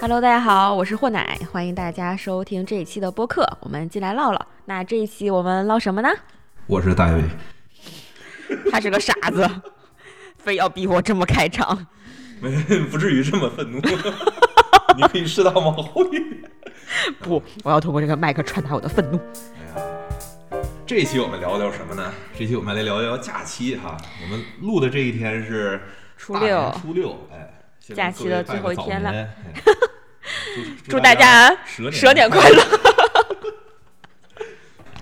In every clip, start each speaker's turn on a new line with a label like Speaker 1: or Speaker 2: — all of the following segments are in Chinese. Speaker 1: Hello，大家好，我是霍奶，欢迎大家收听这一期的播客，我们进来唠唠。那这一期我们唠什么呢？
Speaker 2: 我是大卫，
Speaker 3: 他是个傻 子，非要逼我这么开场。
Speaker 2: 没 不至于这么 愤怒，你可以适当往后一点。
Speaker 3: 不，我要通过这个麦克传达我的愤怒。
Speaker 2: 哎呀，这一期我们聊聊什么呢？这期我们来聊聊假期哈。我们录的这一天是
Speaker 1: 初六
Speaker 2: 大年初六，哎，先给
Speaker 1: 假期的最后一天了
Speaker 2: 各
Speaker 1: 祝
Speaker 2: 位拜个早年。哎
Speaker 1: 大家
Speaker 2: 蛇
Speaker 1: 蛇年快乐！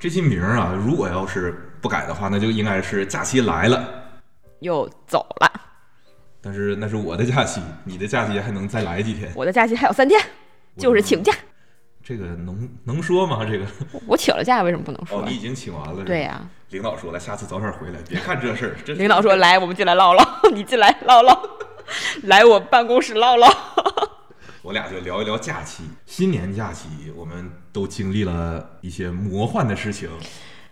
Speaker 2: 这期名儿啊，如果要是不改的话，那就应该是假期来了。
Speaker 3: 又走了，
Speaker 2: 但是那是我的假期，你的假期还能再来几天？
Speaker 3: 我的假期还有三天，就是请假。
Speaker 2: 这个能能说吗？这个
Speaker 3: 我请了假，为什么不能
Speaker 2: 哦
Speaker 3: 说，
Speaker 2: 你？已经请完了。是吧
Speaker 3: 对呀、
Speaker 2: 领导说了，下次早点回来，别干这事儿。这
Speaker 3: 领导说：“来，我们进来唠 唠，你进来唠唠， 来我办公室唠唠。
Speaker 2: 我俩就聊一聊假期，新年假期我们都经历了一些魔幻的事情，”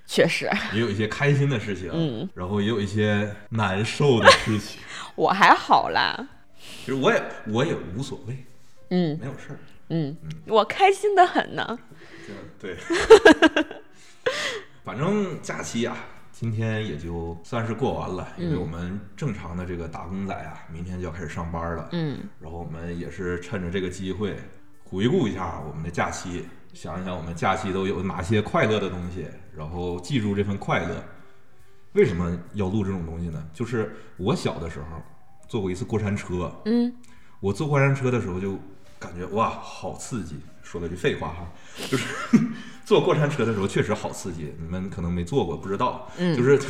Speaker 3: 确实，
Speaker 2: 也有一些开心的事情，
Speaker 3: 嗯，
Speaker 2: 然后也有一些难受的事情。
Speaker 3: 我还好啦。
Speaker 2: 其实我也我也无所谓，
Speaker 3: 嗯
Speaker 2: 没有事儿。
Speaker 3: 嗯，我开心的很呢。
Speaker 2: 这对，反正假期啊，今天也就算是过完了，因为我们正常的这个打工仔啊，明天就要开始上班了。
Speaker 3: 嗯，
Speaker 2: 然后我们也是趁着这个机会回顾一下我们的假期，想一想我们假期都有哪些快乐的东西，然后记住这份快乐。为什么要录这种东西呢？就是我小的时候坐过一次过山车，
Speaker 3: 嗯，
Speaker 2: 我坐过山车的时候就感觉哇，好刺激。说了句废话哈，就是坐过山车的时候确实好刺激，你们可能没坐过不知道，
Speaker 3: 嗯
Speaker 2: 就是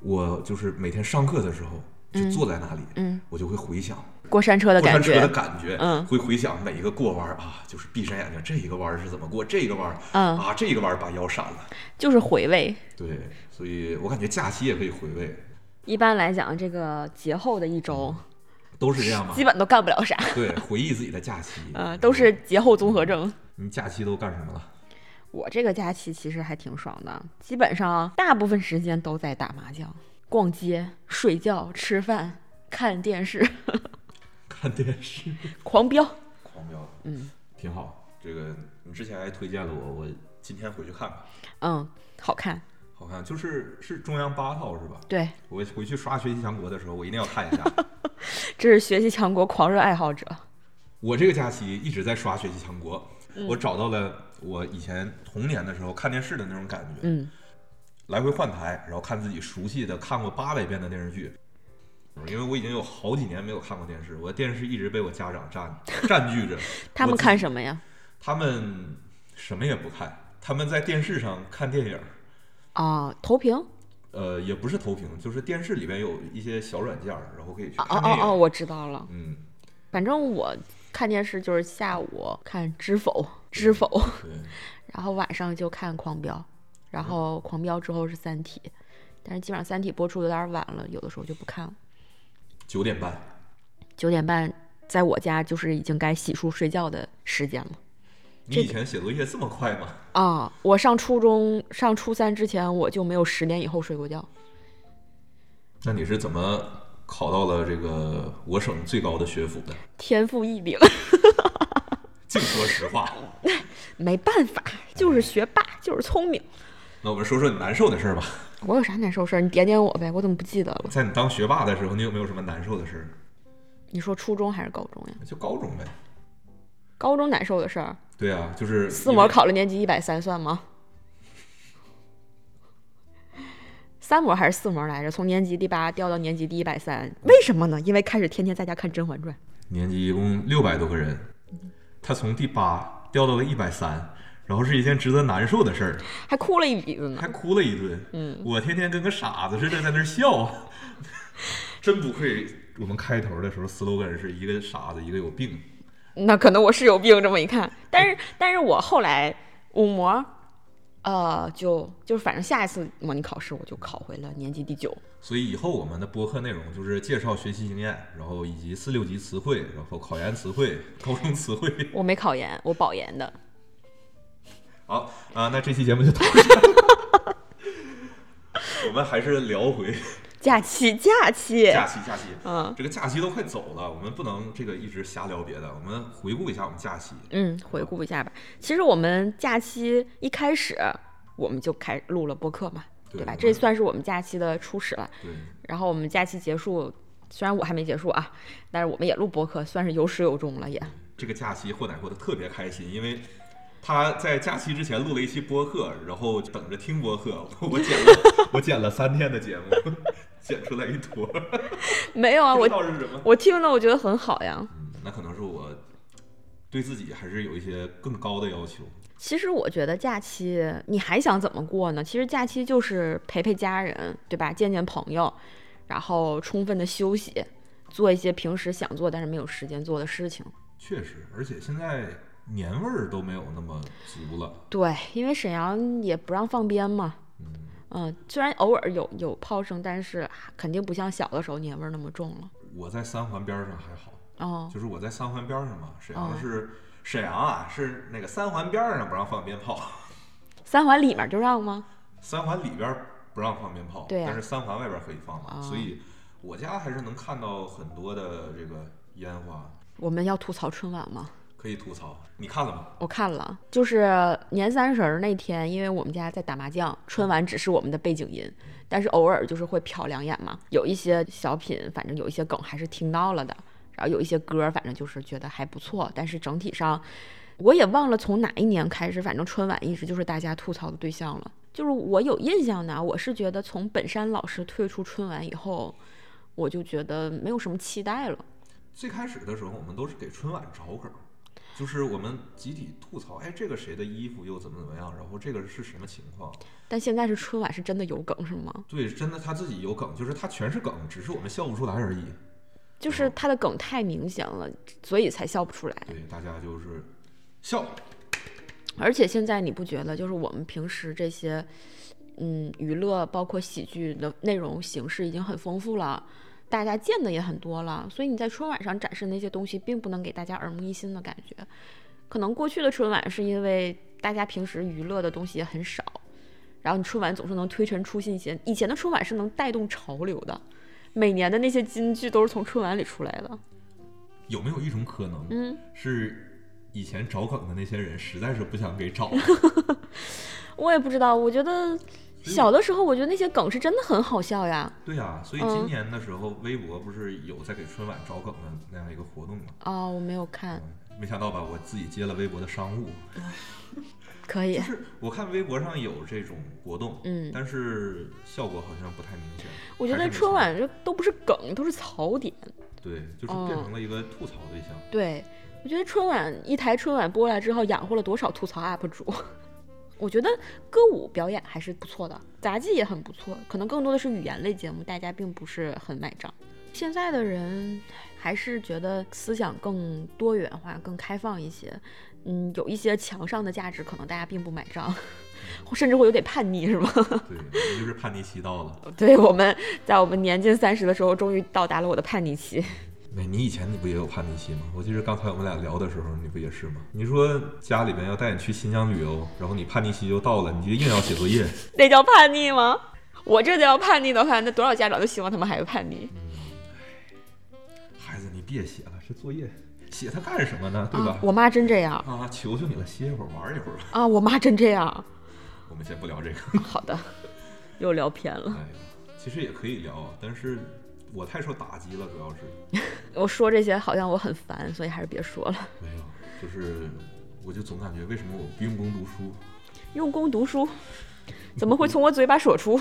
Speaker 2: 我就是每天上课的时候就坐在那里，
Speaker 3: 嗯
Speaker 2: 我就会回想
Speaker 3: 过山车的
Speaker 2: 过
Speaker 3: 感
Speaker 2: 山车的
Speaker 3: 觉，
Speaker 2: 感觉，
Speaker 3: 嗯
Speaker 2: 会回想每一个过弯儿啊，就是闭上眼睛，这一个弯儿是怎么过，这个弯儿，
Speaker 3: 嗯
Speaker 2: 啊，这个弯儿把腰闪了，
Speaker 3: 就是回味。
Speaker 2: 对，所以我感觉假期也可以回味，
Speaker 1: 一般来讲，这个节后的一周
Speaker 2: 都是这样吧
Speaker 3: 基？本都干不了啥，
Speaker 2: 对，回忆自己的假期，
Speaker 3: 嗯，都是节后综合症。
Speaker 2: 你假期都干什么了？
Speaker 3: 我这个假期其实还挺爽的，基本上大部分时间都在打麻将、逛街、睡觉、吃饭、看电视、
Speaker 2: 看电视，
Speaker 3: 狂飙。
Speaker 2: 狂飙，
Speaker 3: 嗯，
Speaker 2: 挺好。这个你之前还推荐了我，我今天回去看看，
Speaker 3: 嗯，好看。
Speaker 2: 好看，就是是中央八套是吧？
Speaker 3: 对，
Speaker 2: 我回去刷《学习强国》的时候，我一定要看一下。
Speaker 3: 这是学习强国狂热爱好者。
Speaker 2: 我这个假期一直在刷《学习强国》，
Speaker 3: 嗯
Speaker 2: 我找到了我以前童年的时候看电视的那种感觉，
Speaker 3: 嗯，
Speaker 2: 来回换台，然后看自己熟悉的看过八百遍的电视剧。因为我已经有好几年没有看过电视，我的电视一直被我家长占占据着。
Speaker 3: 他
Speaker 2: 我
Speaker 3: 们
Speaker 2: 自己
Speaker 3: 看，什么呀？
Speaker 2: 他们什么也不看，他们在电视上看电影。
Speaker 3: 啊，投屏。
Speaker 2: 呃，也不是投屏，就是电视里边有一些小软件儿，然后可以去
Speaker 3: 哦
Speaker 2: 看
Speaker 3: 哦
Speaker 2: 电
Speaker 3: 哦
Speaker 2: 影。
Speaker 3: 哦，我知道了。
Speaker 2: 嗯，
Speaker 3: 反正我看电视就是下午看《知否》，《知否》，
Speaker 2: 对，
Speaker 3: 然后晚上就看《狂飙》，然后《狂飙》之后是《三体》，但是基本上《三体》播出有点晚了，有的时候就不看了。
Speaker 2: 九点半，
Speaker 3: 九点半在我家就是已经该洗漱睡觉的时间了。
Speaker 2: 你
Speaker 3: 这
Speaker 2: 以前写作业这么快吗？
Speaker 3: 啊，我上初中、上初三之前，我就没有十年以后睡过觉。
Speaker 2: 那你是怎么考到了这个我省最高的学府的？
Speaker 3: 天赋异禀，
Speaker 2: 净说 实话。
Speaker 3: 没办法，就是学霸，就是聪明。
Speaker 2: 那我们说说你难受的事儿吧。
Speaker 3: 我有啥难受事儿？你点点我呗，我怎么不记得了？
Speaker 2: 在你当学霸的时候，你有没有什么难受的事儿？
Speaker 3: 你说初中还是高中呀？
Speaker 2: 就高中呗。
Speaker 3: 高中难受的事儿，
Speaker 2: 对啊，就是
Speaker 3: 四模考了年级一百三算吗？三模还是四模来着？从年级第八掉到年级第一百三，为什么呢？因为开始天天在家看《甄嬛传》。
Speaker 2: 年级一共六百多个人，他从第八掉到了一百三，然后是一件值得难受的事儿，
Speaker 3: 还哭了一鼻子呢
Speaker 2: 还。哭了一顿。嗯，我天天跟个傻子似的在那儿笑， 真不愧我们开头的时候 slogan 是一个傻子一个有病。
Speaker 3: 那可能我是有病，这么一看。但是，但是我后来五模，呃，就就是反正下一次模拟考试我就考回了年级第九。
Speaker 2: 所以以后我们的播客内容就是介绍学习经验，然后以及四六级词汇，然后考研词汇、高中词汇。
Speaker 3: 我没考研，我保研的。
Speaker 2: 好啊、那这期节目就到这儿。我们还是聊回
Speaker 3: 假期，假期，
Speaker 2: 假期，假期，
Speaker 3: 嗯
Speaker 2: 这个假期都快走了，我们不能这个一直瞎聊别的，我们回顾一下我们假期。
Speaker 3: 嗯，回顾一下吧。其实我们假期一开始我们就开录了播客嘛，
Speaker 2: 对
Speaker 3: 对吧嗯
Speaker 2: 我？们
Speaker 3: 这算是我们假期的初始了。
Speaker 2: 对，
Speaker 3: 然后我们假期结束，虽然我还没结束啊，但是我们也录播客，算是有始有终了也。
Speaker 2: 这个假期霍奶过得特别开心，因为他在假期之前录了一期播客，然后等着听播客，我剪了我剪了三天的节目， 剪出来一坨，
Speaker 3: 没有啊，
Speaker 2: 不
Speaker 3: 我
Speaker 2: 知道是什么。
Speaker 3: 我听了我觉得很好呀。
Speaker 2: 嗯，那可能是我对自己还是有一些更高的要求。
Speaker 3: 其实我觉得假期你还想怎么过呢？其实假期就是陪陪家人，对吧？见见朋友，然后充分的休息，做一些平时想做但是没有时间做的事情。
Speaker 2: 确实，而且现在年味儿都没有那么足了。
Speaker 3: 对，因为沈阳也不让放鞭嘛。
Speaker 2: 嗯，
Speaker 3: 嗯，虽然偶尔有有炮声，但是肯定不像小的时候年味儿那么重了。
Speaker 2: 我在三环边儿上还好，
Speaker 3: 哦，
Speaker 2: 就是我在三环边儿上嘛，沈阳
Speaker 3: 哦
Speaker 2: 是、沈阳啊，是那个三环边儿上不让放鞭炮。
Speaker 3: 三环里面就让吗？
Speaker 2: 三环里边儿不让放鞭炮，
Speaker 3: 对呀
Speaker 2: 但是三环外边儿可以放嘛，
Speaker 3: 哦
Speaker 2: 所以我家还是能看到很多的这个烟花，
Speaker 3: 我们要吐槽春晚吗？
Speaker 2: 可以吐槽。你看了吗？
Speaker 3: 我看了，就是年三十儿那天，因为我们家在打麻将，春晚只是我们的背景音，但是偶尔就是会瞟两眼嘛。有一些小品，反正有一些梗还是听到了的，然后有一些歌，反正就是觉得还不错。但是整体上，我也忘了从哪一年开始，反正春晚一直就是大家吐槽的对象了。就是我有印象呢，我是觉得从本山老师退出春晚以后，我就觉得没有什么期待了。
Speaker 2: 最开始的时候，我们都是给春晚找梗儿，就是我们集体吐槽，哎，这个谁的衣服又怎么怎么样，然后这个是什么情况？
Speaker 3: 但现在是春晚是真的有梗是吗？
Speaker 2: 对，真的他自己有梗，就是他全是梗，只是我们笑不出来而已。
Speaker 3: 就是他的梗太明显了，所以才笑不出来。
Speaker 2: 对，大家就是笑，
Speaker 3: 而且现在你不觉得，就是我们平时这些，嗯，娱乐包括喜剧的内容形式已经很丰富了，大家见的也很多了，所以你在春晚上展示那些东西，并不能给大家耳目一新的感觉。可能过去的春晚是因为大家平时娱乐的东西也很少，然后你春晚总是能推陈出新一些。以前的春晚是能带动潮流的，每年的那些金句都是从春晚里出来的。
Speaker 2: 有没有一种可能，
Speaker 3: 嗯，
Speaker 2: 是以前找梗的那些人实在是不想给找了？
Speaker 3: 我也不知道，我觉
Speaker 2: 嗯
Speaker 3: 得
Speaker 2: 所以
Speaker 3: 小的时候，我觉得那些梗是真的很好笑呀。
Speaker 2: 对呀、所以今年的时候，微博不是有在给春晚找梗的那样一个活动吗？
Speaker 3: 哦，我没有看，
Speaker 2: 嗯没想到吧，我自己接了微博的商务，
Speaker 3: 可以
Speaker 2: 就。是我看微博上有这种活动，
Speaker 3: 嗯
Speaker 2: 但是效果好像不太明显。
Speaker 3: 我觉
Speaker 2: 还
Speaker 3: 得
Speaker 2: 是没
Speaker 3: 春
Speaker 2: 错
Speaker 3: 晚这都不是梗，都是槽点。
Speaker 2: 对，就是
Speaker 3: 哦
Speaker 2: 变成了一个吐槽对象。
Speaker 3: 对，我觉得春晚一台春晚播来之后，养活了多少吐槽 UP 主。 我觉得歌舞表演还是不错的，杂技也很不错，可能更多的是语言类节目，大家并不是很买账。现在的人还是觉得思想更多元化、更开放一些，嗯，有一些墙上的价值，可能大家并不买账， 甚至会有点叛逆，是吗？
Speaker 2: 对，我们就是叛逆期到了。
Speaker 3: 对我们在我们年近三十的时候，终于到达了我的叛逆期。
Speaker 2: 哎，你以前你不也有叛逆期吗？我记得刚才我们俩聊的时候，你不也是吗？你说家里边要带你去新疆旅游，然后你叛逆期就到了，你就硬要写作业。
Speaker 3: 那叫叛逆吗？我这叫叛逆的话，那多少家长都希望他们孩子叛逆，
Speaker 2: 嗯孩子，你别写了，这作业写它干什么呢？对吧？
Speaker 3: 啊？我妈真这样
Speaker 2: 啊，求求你了，歇一会儿，玩一会儿吧。
Speaker 3: 啊！我妈真这样。
Speaker 2: 我们先不聊这个，
Speaker 3: 好的，又聊偏了。
Speaker 2: 哎呀，其实也可以聊啊，但是我太受打击了，主要是
Speaker 3: 我说这些好像我很烦，所以还是别说了。
Speaker 2: 没有，就是我就总感觉为什么我不用功读书，
Speaker 3: 用功读书，怎么会从我嘴巴说出？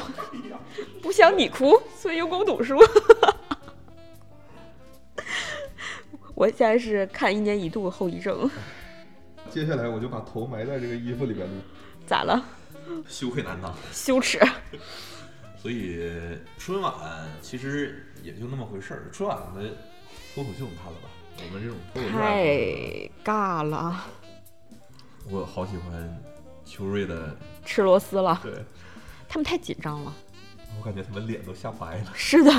Speaker 3: 不想你哭，所以用功读书。我现在是看一年一度后遗症，
Speaker 2: 接下来我就把头埋在这个衣服里边录，
Speaker 3: 咋了？
Speaker 2: 羞愧难当。
Speaker 3: 羞 耻。
Speaker 2: 所以春晚其实也就那么回事儿，春晚的脱口秀你看了吧？我们这种脱口秀爱好者，
Speaker 3: 太尬了，啊
Speaker 2: 我好喜欢秋瑞的，
Speaker 3: 吃螺丝了，
Speaker 2: 对
Speaker 3: 他们太紧张了。
Speaker 2: 我感觉他们脸都吓白了。
Speaker 3: 是的，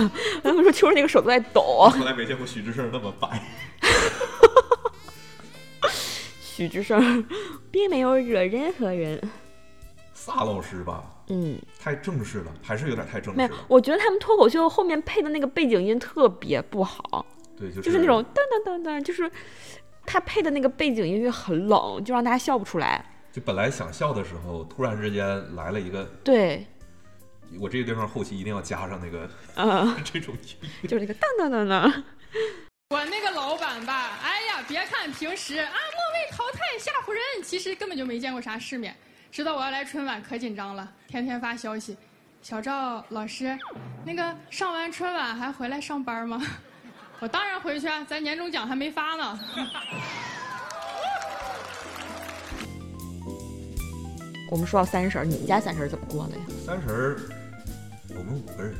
Speaker 3: 他们说秋儿那个手都在抖。
Speaker 2: 从来没见过徐志胜那么白。
Speaker 3: 许志胜并没有惹任何人。
Speaker 2: 撒老师吧，
Speaker 3: 嗯，
Speaker 2: 太正式了，还是有点太正
Speaker 3: 没
Speaker 2: 式
Speaker 3: 有
Speaker 2: 了。，
Speaker 3: 我觉得他们脱口秀后面配的那个背景音特别不好，
Speaker 2: 对，就是
Speaker 3: 就是那种噔噔噔噔，就是他配的那个背景音乐很冷，就让大家笑不出来。
Speaker 2: 就本来想笑的时候，突然之间来了一个，
Speaker 3: 对，
Speaker 2: 我这个地方后期一定要加上那个
Speaker 3: 嗯，
Speaker 2: 这种音
Speaker 3: 就是那个噔噔噔噔。
Speaker 4: 我那个老板吧，哎呀，别看平时啊末位淘汰吓唬人，其实根本就没见过啥世面。知道我要来春晚，可紧张了，天天发消息。小赵老师，那个上完春晚还回来上班吗？ 我当然回去啊，咱年终奖还没发呢。
Speaker 3: 我们说到三十儿，你们家三十儿怎么过的呀？
Speaker 2: 三十儿，我们五个人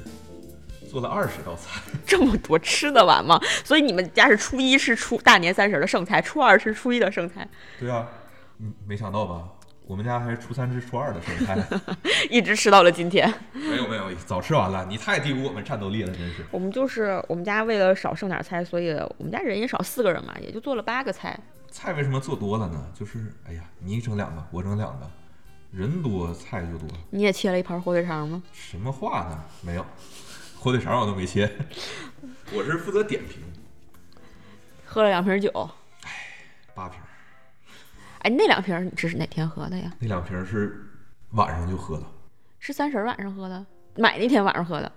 Speaker 2: 做了二十道菜，
Speaker 3: 这么多吃得完吗？所以你们家是初一是初大年三十儿的剩菜，初二是初一的剩菜，
Speaker 2: 对啊，嗯，没想到吧？我们家还是初三至初二的剩菜，
Speaker 3: 一直吃到了今天。
Speaker 2: 没有没有，早吃完了。你太低估我们战斗力了，真是。
Speaker 3: 我们就是我们家为了少剩点菜，所以我们家人也少四个人嘛，也就做了八个菜。
Speaker 2: 菜为什么做多了呢？就是哎呀，你整两个，我整两个，人多菜就多。
Speaker 3: 你也切了一盘火腿肠吗？
Speaker 2: 什么话呢？没有，火腿肠我都没切， 我是负责点评，
Speaker 3: 喝了两瓶酒。
Speaker 2: 八瓶儿，
Speaker 3: 哎，那两瓶儿你这是哪天喝的呀？
Speaker 2: 那两瓶儿是晚上就喝了，
Speaker 3: 是三十儿晚上喝的，买那天晚上喝的。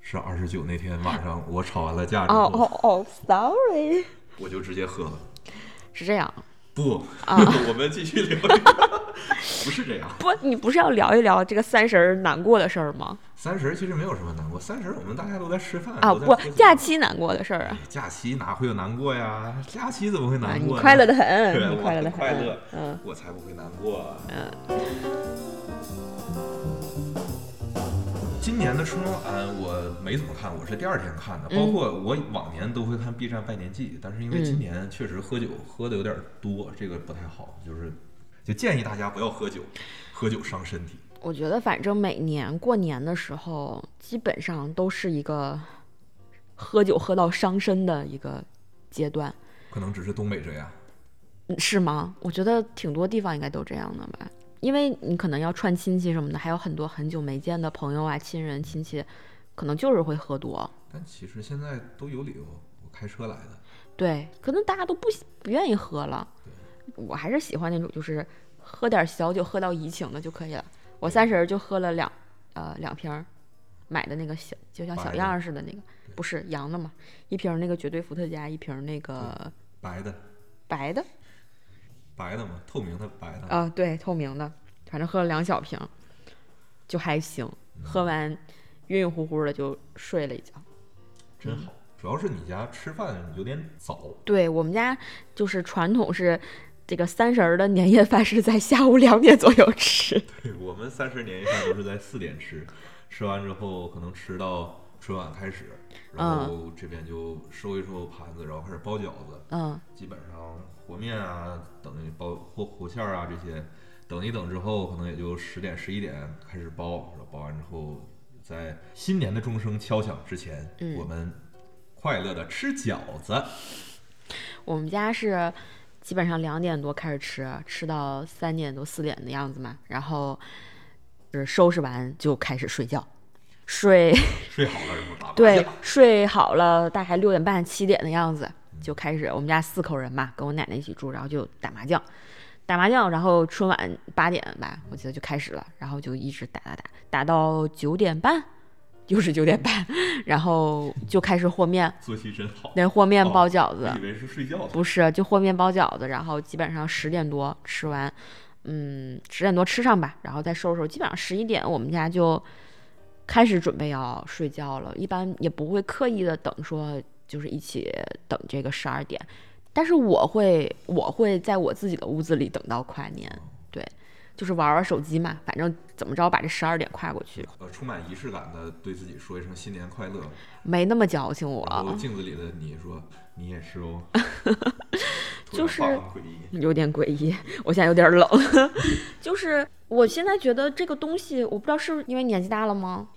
Speaker 2: 是二十九那天晚上我吵完了架之后，
Speaker 3: 哦哦哦，sorry，
Speaker 2: 我就直接喝了。
Speaker 3: 是这样。
Speaker 2: 不，
Speaker 3: 啊
Speaker 2: 我们继续聊，不是这样。
Speaker 3: 不，你不是要聊一聊这个三十儿难过的事儿吗？
Speaker 2: 三十其实没有什么难过，三十我们大家都在吃饭
Speaker 3: 啊，
Speaker 2: 都在
Speaker 3: 不
Speaker 2: 喝酒，
Speaker 3: 假期难过的事儿啊
Speaker 2: 哎。假期哪会有难过呀？假期怎么会
Speaker 3: 啊，
Speaker 2: 难
Speaker 3: 你
Speaker 2: 过、
Speaker 3: 快乐的，很，
Speaker 2: 对，
Speaker 3: 你
Speaker 2: 我
Speaker 3: 快乐的
Speaker 2: 很
Speaker 3: 很，
Speaker 2: 快乐，
Speaker 3: 嗯，
Speaker 2: 我才不会难过、嗯。今年的春晚我没怎么看，我是第二天看的，包括我往年都会看 B 站拜年季，但是因为今年确实喝酒喝的有点多，这个不太好，就是就建议大家不要喝酒，喝酒伤身体。
Speaker 3: 我觉得反正每年过年的时候，基本上都是一个喝酒喝到伤身的一个阶段，
Speaker 2: 可能只是东北这样，
Speaker 3: 嗯是吗？我觉得挺多地方应该都这样的吧，因为你可能要串亲戚什么的，还有很多很久没见的朋友啊、亲人、亲戚，可能就是会喝多。
Speaker 2: 但其实现在都有理由。我开车来的，
Speaker 3: 对，可能大家都不喜不愿意喝了。我还是喜欢那种就是喝点小酒喝到怡情的就可以了。我三十儿就喝了两呃两瓶儿，买的那个小就像小
Speaker 2: 白的
Speaker 3: 样儿似的那个，不是洋的嘛，一瓶儿那个绝对伏特加，一瓶儿那个
Speaker 2: 白的，
Speaker 3: 白的
Speaker 2: 白的嘛，透明的白的。
Speaker 3: 啊、对，透明的，反正喝了两小瓶儿，就还行。喝完晕晕乎乎的就睡了一觉。
Speaker 2: 真好。主要是你家吃饭有点早，
Speaker 3: 对我们家就是传统是。这个三十儿的年夜饭是在下午两点左右吃，
Speaker 2: 对我们三十年夜饭都是在四点吃，吃完之后可能吃到春晚开始，
Speaker 3: 嗯
Speaker 2: 然后这边就收一收盘子，然后开始包饺子，
Speaker 3: 嗯，
Speaker 2: 基本上和面啊，等于包和和馅儿啊这些，等一等之后可能也就十点十一点开始包，然后包完之后，在新年的钟声敲响之前，
Speaker 3: 嗯
Speaker 2: 我们快乐的吃饺子，
Speaker 3: 我们家是基本上两点多开始吃，吃到三点多四点的样子嘛，然后是收拾完就开始睡觉，睡
Speaker 2: 睡好了然后打麻
Speaker 3: 对
Speaker 2: 将，
Speaker 3: 睡好了大概六点半七点的样子就开始，我们家四口人嘛，跟我奶奶一起住，然后就打麻将。打麻将，然后春晚八点吧，我记得就开始了，然后就一直打打打，打到九点半，又是九点半，然后就开始和面，
Speaker 2: 作息真好。
Speaker 3: 那和面
Speaker 2: 哦
Speaker 3: 包饺子，
Speaker 2: 我以为是睡觉呢。
Speaker 3: 不是，就和面包饺子，然后基本上十点多吃完，嗯，十点多吃上吧，然后再收拾收拾。基本上十一点我们家就开始准备要睡觉了，一般也不会刻意的等说就是一起等这个十二点，但是我会我会在我自己的屋子里等到跨年，对，就是玩玩手机嘛，反正怎么着把这十二点跨过去，
Speaker 2: 呃，充满仪式感的对自己说一声新年快乐，
Speaker 3: 没那么矫情我。
Speaker 2: 然后镜子里的你说你也是哦，
Speaker 3: 就
Speaker 2: 突然
Speaker 3: 是
Speaker 2: 放个诡异
Speaker 3: 有点诡异，我现在有点冷， 就是我现在觉得这个东西，我不知道是因为年纪大了吗？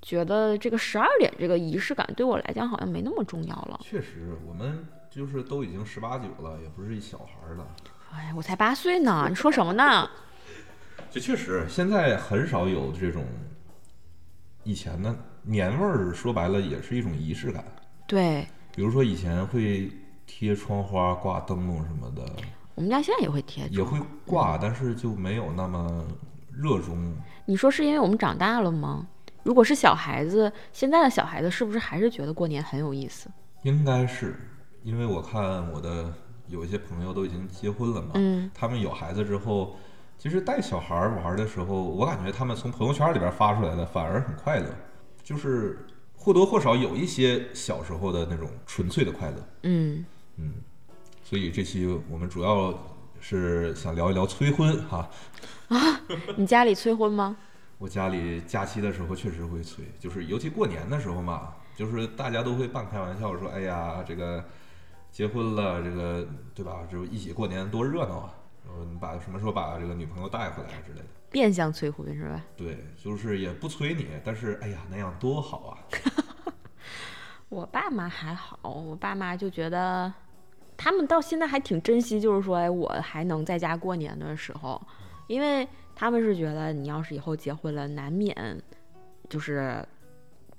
Speaker 3: 觉得这个十二点这个仪式感对我来讲好像没那么重要了。
Speaker 2: 确实，我们就是都已经十八九了，也不是一小孩儿了。
Speaker 3: 哎，我才八岁呢，你说什么呢？
Speaker 2: 就确实现在很少有这种以前的年味儿，说白了也是一种仪式感。
Speaker 3: 对
Speaker 2: 比如说以前会贴窗花、挂灯笼什么的，
Speaker 3: 我们家现在也会贴
Speaker 2: 也
Speaker 3: 纸。
Speaker 2: 会挂，但是就没有那么热衷。
Speaker 3: 你说是因为我们长大了吗？如果是小孩子，现在的小孩子是不是还是觉得过年很有意思？
Speaker 2: 应该是因为我看我的有一些朋友都已经结婚了嘛，
Speaker 3: 嗯
Speaker 2: 他们有孩子之后，其实带小孩儿玩儿的时候，我感觉他们从朋友圈里边发出来的反而很快乐，就是或多或少有一些小时候的那种纯粹的快乐。
Speaker 3: 嗯，
Speaker 2: 所以这期我们主要是想聊一聊催婚哈、
Speaker 3: 你家里催婚吗？
Speaker 2: 我家里假期的时候确实会催，就是尤其过年的时候嘛，就是大家都会半开玩笑说：“哎呀，这个结婚了，这个对吧？就一起过年多热闹啊！”然后你把什么时候把这个女朋友带回来啊之类的。
Speaker 3: 变相催婚是吧？
Speaker 2: 对，就是也不催你，但是哎呀，那样多好啊！
Speaker 3: 我爸妈还好，我爸妈就觉得他们到现在还挺珍惜，就是说，哎，我还能在家过年的时候，因为他们是觉得你要是以后结婚了，难免就是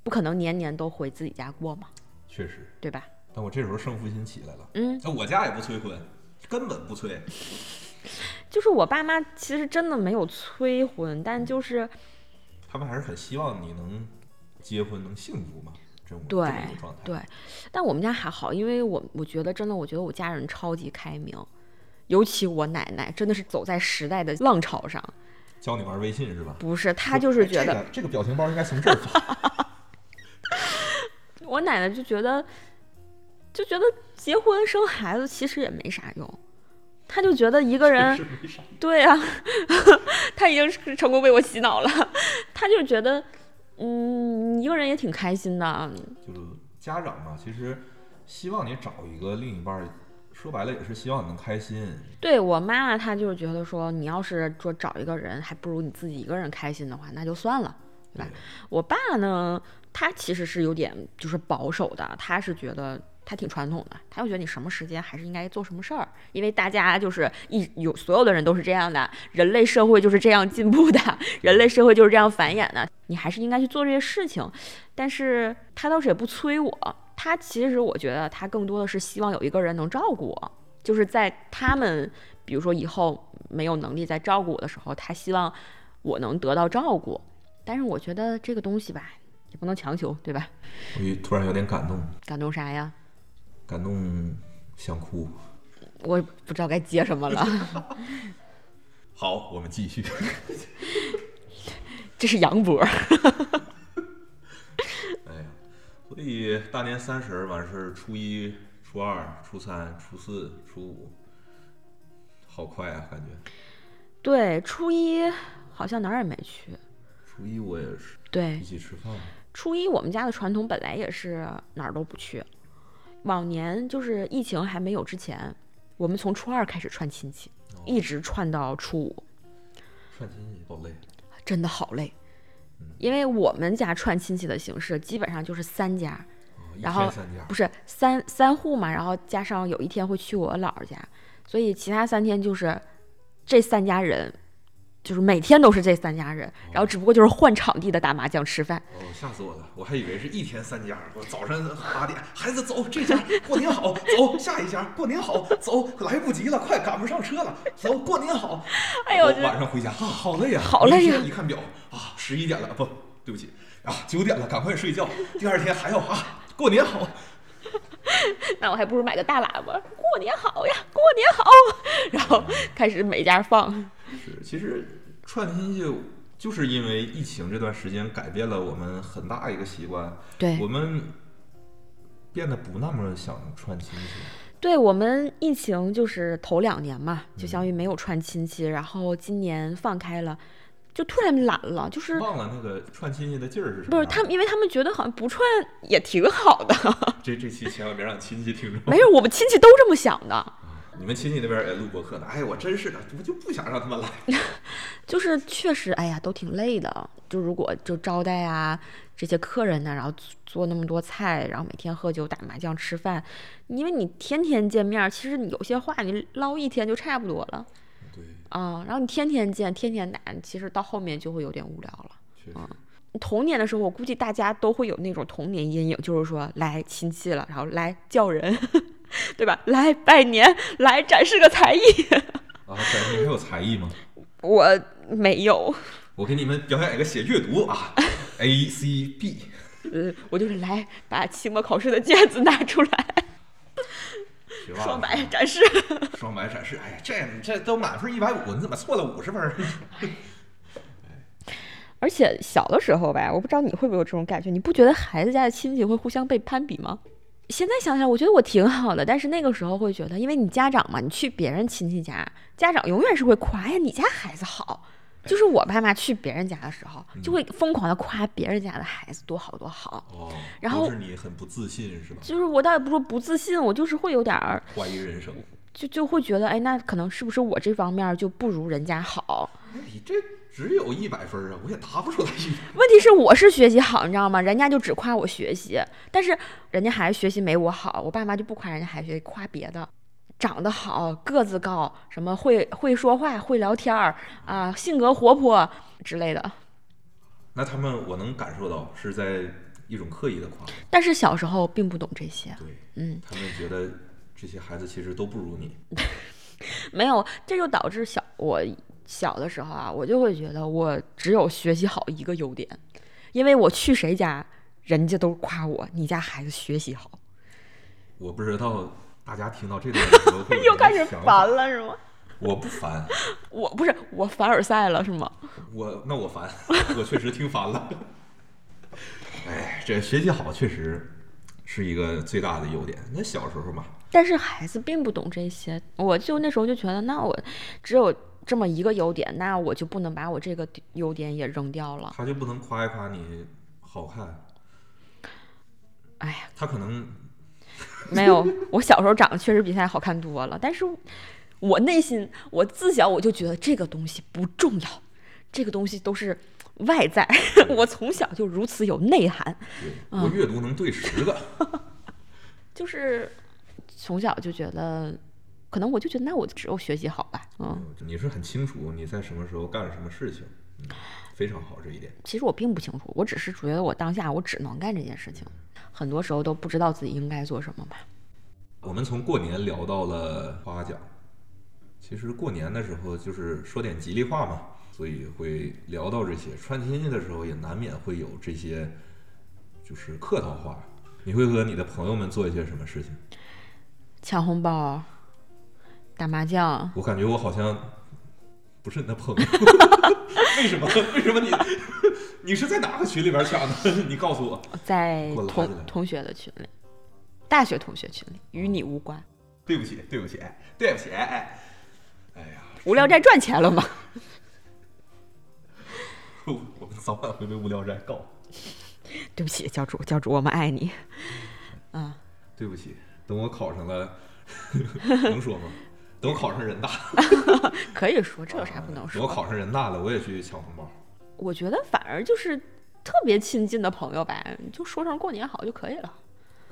Speaker 3: 不可能年年都回自己家过嘛，
Speaker 2: 确实，
Speaker 3: 对吧？
Speaker 2: 但我这时候胜负心起来了。
Speaker 3: 嗯，
Speaker 2: 那我家也不催婚，根本不催。
Speaker 3: 就是我爸妈其实真的没有催婚，但就是
Speaker 2: 他们还是很希望你能结婚，能幸福嘛，这种这
Speaker 3: 对
Speaker 2: 么一个状态。
Speaker 3: 对，但我们家还好，因为我我觉得真的，我觉得我家人超级开明，尤其我奶奶真的是走在时代的浪潮上，
Speaker 2: 教你玩微信是吧？哎
Speaker 3: 不是她就是觉得、
Speaker 2: 这个、这个表情包应该从这儿发。
Speaker 3: 我奶奶就觉得，就觉得结婚生孩子其实也没啥用，她就觉得一个人
Speaker 2: 是没啥。
Speaker 3: 对啊， 她已经是成功被我洗脑了，她就觉得，嗯，一个人也挺开心的，
Speaker 2: 就是家长嘛，其实希望你找一个另一半儿，说白了也是希望你能开心。
Speaker 3: 对我妈妈，她就是觉得说，你要是说找一个人，还不如你自己一个人开心的话，那就算了。对
Speaker 2: 对
Speaker 3: 吧，我爸呢，他其实是有点就是保守的，他是觉得他挺传统的，他就觉得你什么时间还是应该做什么事儿，因为大家就是一有所有的人都是这样的，人类社会就是这样进步的，人类社会就是这样繁衍的，你还是应该去做这些事情。但是他倒是也不催我，他其实我觉得他更多的是希望有一个人能照顾我，就是在他们比如说以后没有能力再照顾我的时候，他希望我能得到照顾。但是我觉得这个东西吧，也不能强求，对吧？
Speaker 2: 我一突然有点感动，
Speaker 3: 感动啥呀？
Speaker 2: 感动想哭。
Speaker 3: 我也不知道该接什么了，
Speaker 2: 好，我们继 续。
Speaker 3: 这是杨博。
Speaker 2: 哎呀，所以大年三十儿完事儿，初一、初二、初三、初四、初五，好快啊，感觉。
Speaker 3: 对，初一好像哪儿也没去。
Speaker 2: 初一我也是
Speaker 3: 对
Speaker 2: 一，起吃饭，
Speaker 3: 初一我们家的传统本来也是哪儿都不去。往年就是疫情还没有之前，我们从初二开始串亲戚，
Speaker 2: 哦
Speaker 3: 一直串到初五，
Speaker 2: 串亲戚好累。啊
Speaker 3: 真的好累。
Speaker 2: 嗯
Speaker 3: 因为我们家串亲戚的形式基本上就是三家，
Speaker 2: 啊一
Speaker 3: 然后
Speaker 2: 天三家
Speaker 3: 不，是三三户嘛，然后加上有一天会去我姥姥家，所以其他三天就是这三家人，就是每天都是这三家人，然后只不过就是换场地的打麻将吃饭。
Speaker 2: 哦，吓死我了！我还以为是一天三家，我早晨八点，孩子走，这家过年好，走下一家过年好，走来不及了，快赶不上车了，走过年好。
Speaker 3: 哎呦
Speaker 2: 我
Speaker 3: 我觉得
Speaker 2: 晚上回家啊，好累呀、
Speaker 3: 好累呀
Speaker 2: 一看表啊，十一点了，不对不起啊，九点了，赶快睡觉。第二天还要啊，过年好。
Speaker 3: 那我还不如买个大喇叭，过年好呀，过年好， 然后开始每家放。
Speaker 2: 是，其实串亲戚就是因为疫情这段时间改变了我们很大一个习惯，
Speaker 3: 对
Speaker 2: 我们变得不那么想串亲戚。
Speaker 3: 对我们疫情就是头两年嘛，
Speaker 2: 嗯
Speaker 3: 就相当于没有串亲戚，然后今年放开了，就突然懒了，就是
Speaker 2: 忘了那个串亲戚的劲儿是什么样的。啊
Speaker 3: 不是他们，因为他们觉得好像不串也挺好的。
Speaker 2: 这这期千万别让亲戚听着。
Speaker 3: 没事，我们亲戚都这么想的，
Speaker 2: 你们亲戚那边也录播客呢。哎，我真是的，我就不想让他们来。
Speaker 3: 就是确实，哎呀，都挺累的。就如果就招待啊这些客人呢，然后做做那么多菜，然后每天喝酒、打麻将、吃饭，因为你天天见面儿，其实你有些话你唠一天就差不多了。
Speaker 2: 对，对，
Speaker 3: 啊、然后你天天见，天天打，其实到后面就会有点无聊了。
Speaker 2: 确实，
Speaker 3: 童年的时候，我估计大家都会有那种童年阴影，就是说来亲戚了，然后来叫人， 对吧？来拜年，来展示个才艺。
Speaker 2: 啊，展示还有才艺吗？
Speaker 3: 我没有，
Speaker 2: 我给你们表演一个写阅读啊，A C B，
Speaker 3: 呃，我就是来把期末考试的卷子拿出来，
Speaker 2: 学霸
Speaker 3: 双
Speaker 2: 了
Speaker 3: 百展示。
Speaker 2: 双百展示，哎呀，这你这都满分一百五，你怎么错了五十分儿？啊
Speaker 3: 而且小的时候吧，我不知道你会不会有这种感觉，你不觉得孩子家的亲戚会互相被攀比吗？现在想想，我觉得我挺好的，但是那个时候会觉得，因为你家长嘛，你去别人亲戚家，家长永远是会夸哎呀，你家孩子好。就是我爸妈去别人家的时候，就会疯狂的夸别人家的孩子多好多好。
Speaker 2: 哦，
Speaker 3: 然后
Speaker 2: 都是你很不自信是吧？
Speaker 3: 就是我倒也不是说不自信，我就是会有点儿，
Speaker 2: 怀疑人生，
Speaker 3: 就就会觉得，哎，那可能是不是我这方面儿就不如人家好？
Speaker 2: 哎你这只有一百分儿啊，我也答不出来一百。
Speaker 3: 问题是我是学习好，你知道吗？人家就只夸我学习，但是人家孩子学习没我好，我爸妈就不夸人家孩子学习，夸别的，长得好，个子高，什么会会说话、会聊天儿啊，性格活泼之类的。
Speaker 2: 那他们我能感受到是在一种刻意的夸，
Speaker 3: 但是小时候并不懂这些，
Speaker 2: 对，
Speaker 3: 嗯，
Speaker 2: 他们觉得这些孩子其实都不如你，
Speaker 3: 没有，这就导致小我小的时候啊，我就会觉得我只有学习好一个优点，因为我去谁家，人家都夸我，你家孩子学习好，
Speaker 2: 我不知道。大家听到这段的时候会有
Speaker 3: 又开
Speaker 2: 什
Speaker 3: 始
Speaker 2: 么想法
Speaker 3: 烦，了是吗？
Speaker 2: 我不烦，
Speaker 3: 我不是我凡尔赛了是吗？
Speaker 2: 我那我烦， 我确实听烦了。 哎，这学习好确实是一个最大的优点。那小时候嘛，
Speaker 3: 但是孩子并不懂这些，我就那时候就觉得，那我只有这么一个优点，那我就不能把我这个优点也扔掉了。
Speaker 2: 他就不能夸一夸你好看，
Speaker 3: 哎呀，
Speaker 2: 他可能
Speaker 3: 没有，我小时候长得确实比现在好看多了，但是我内心，我自小我就觉得这个东西不重要，这个东西都是外在。 我从小就如此有内涵，
Speaker 2: 对
Speaker 3: 嗯
Speaker 2: 我阅读能对十个，
Speaker 3: 就是从小就觉得，可能我就觉得，那我只有学习好吧，嗯。
Speaker 2: 你是很清楚你在什么时候干了什么事情，嗯，非常好这一点。
Speaker 3: 其实我并不清楚，我只是觉得我当下我只能干这件事情，很多时候都不知道自己应该做什么吧。
Speaker 2: 我们从过年聊到了夸奖，其实过年的时候就是说点吉利话嘛，所以会聊到这些。串亲戚的时候也难免会有这些，就是客套话。你会和你的朋友们做一些什么事情？
Speaker 3: 抢红包、打麻将，
Speaker 2: 我感觉我好像不是你的朋友， 为什么？为什么你 你是在哪个群里边抢的？ 你告诉我，
Speaker 3: 在
Speaker 2: 给我拉
Speaker 3: 同
Speaker 2: 进来
Speaker 3: 同学的群里，大学同学群里，与你无关。
Speaker 2: 对不起，对不起，对不起，哎 哎呀，
Speaker 3: 无聊斋赚钱了吗？
Speaker 2: 我我们早晚会被无聊斋告。
Speaker 3: 对不起，教主，教主，我们爱你。
Speaker 2: 对不起，等我考上 了，能说吗？等我考上人大，
Speaker 3: 可以说，这有啥不能
Speaker 2: 等我
Speaker 3: 说？
Speaker 2: 啊考上人大了，我也去抢红包。
Speaker 3: 我觉得反而就是特别亲近的朋友吧，你就说声过年好就可以了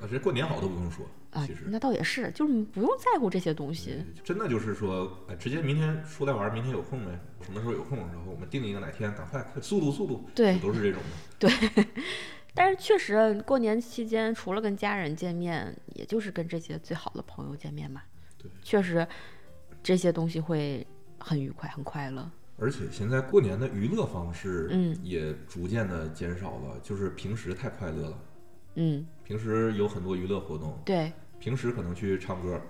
Speaker 2: 啊，这过年好都不用说，
Speaker 3: 啊
Speaker 2: 其实。。嗯
Speaker 3: 那倒也是，就是不用在乎这些东西。
Speaker 2: 真的就是说，哎，直接明天出来玩，明天有空没？什么时候有空？然后我们定一个哪天，赶快，快速度速度，
Speaker 3: 对
Speaker 2: 都是这种的。
Speaker 3: 但是确实，过年期间除了跟家人见面，也就是跟这些最好的朋友见面嘛。
Speaker 2: 对，
Speaker 3: 确实这些东西会很愉快、很快乐。
Speaker 2: 而且现在过年的娱乐方式，
Speaker 3: 嗯，
Speaker 2: 也逐渐的减少了，就是平时太快乐了。
Speaker 3: 嗯，
Speaker 2: 平时有很多娱乐活动，
Speaker 3: 对，
Speaker 2: 平时可能去唱歌，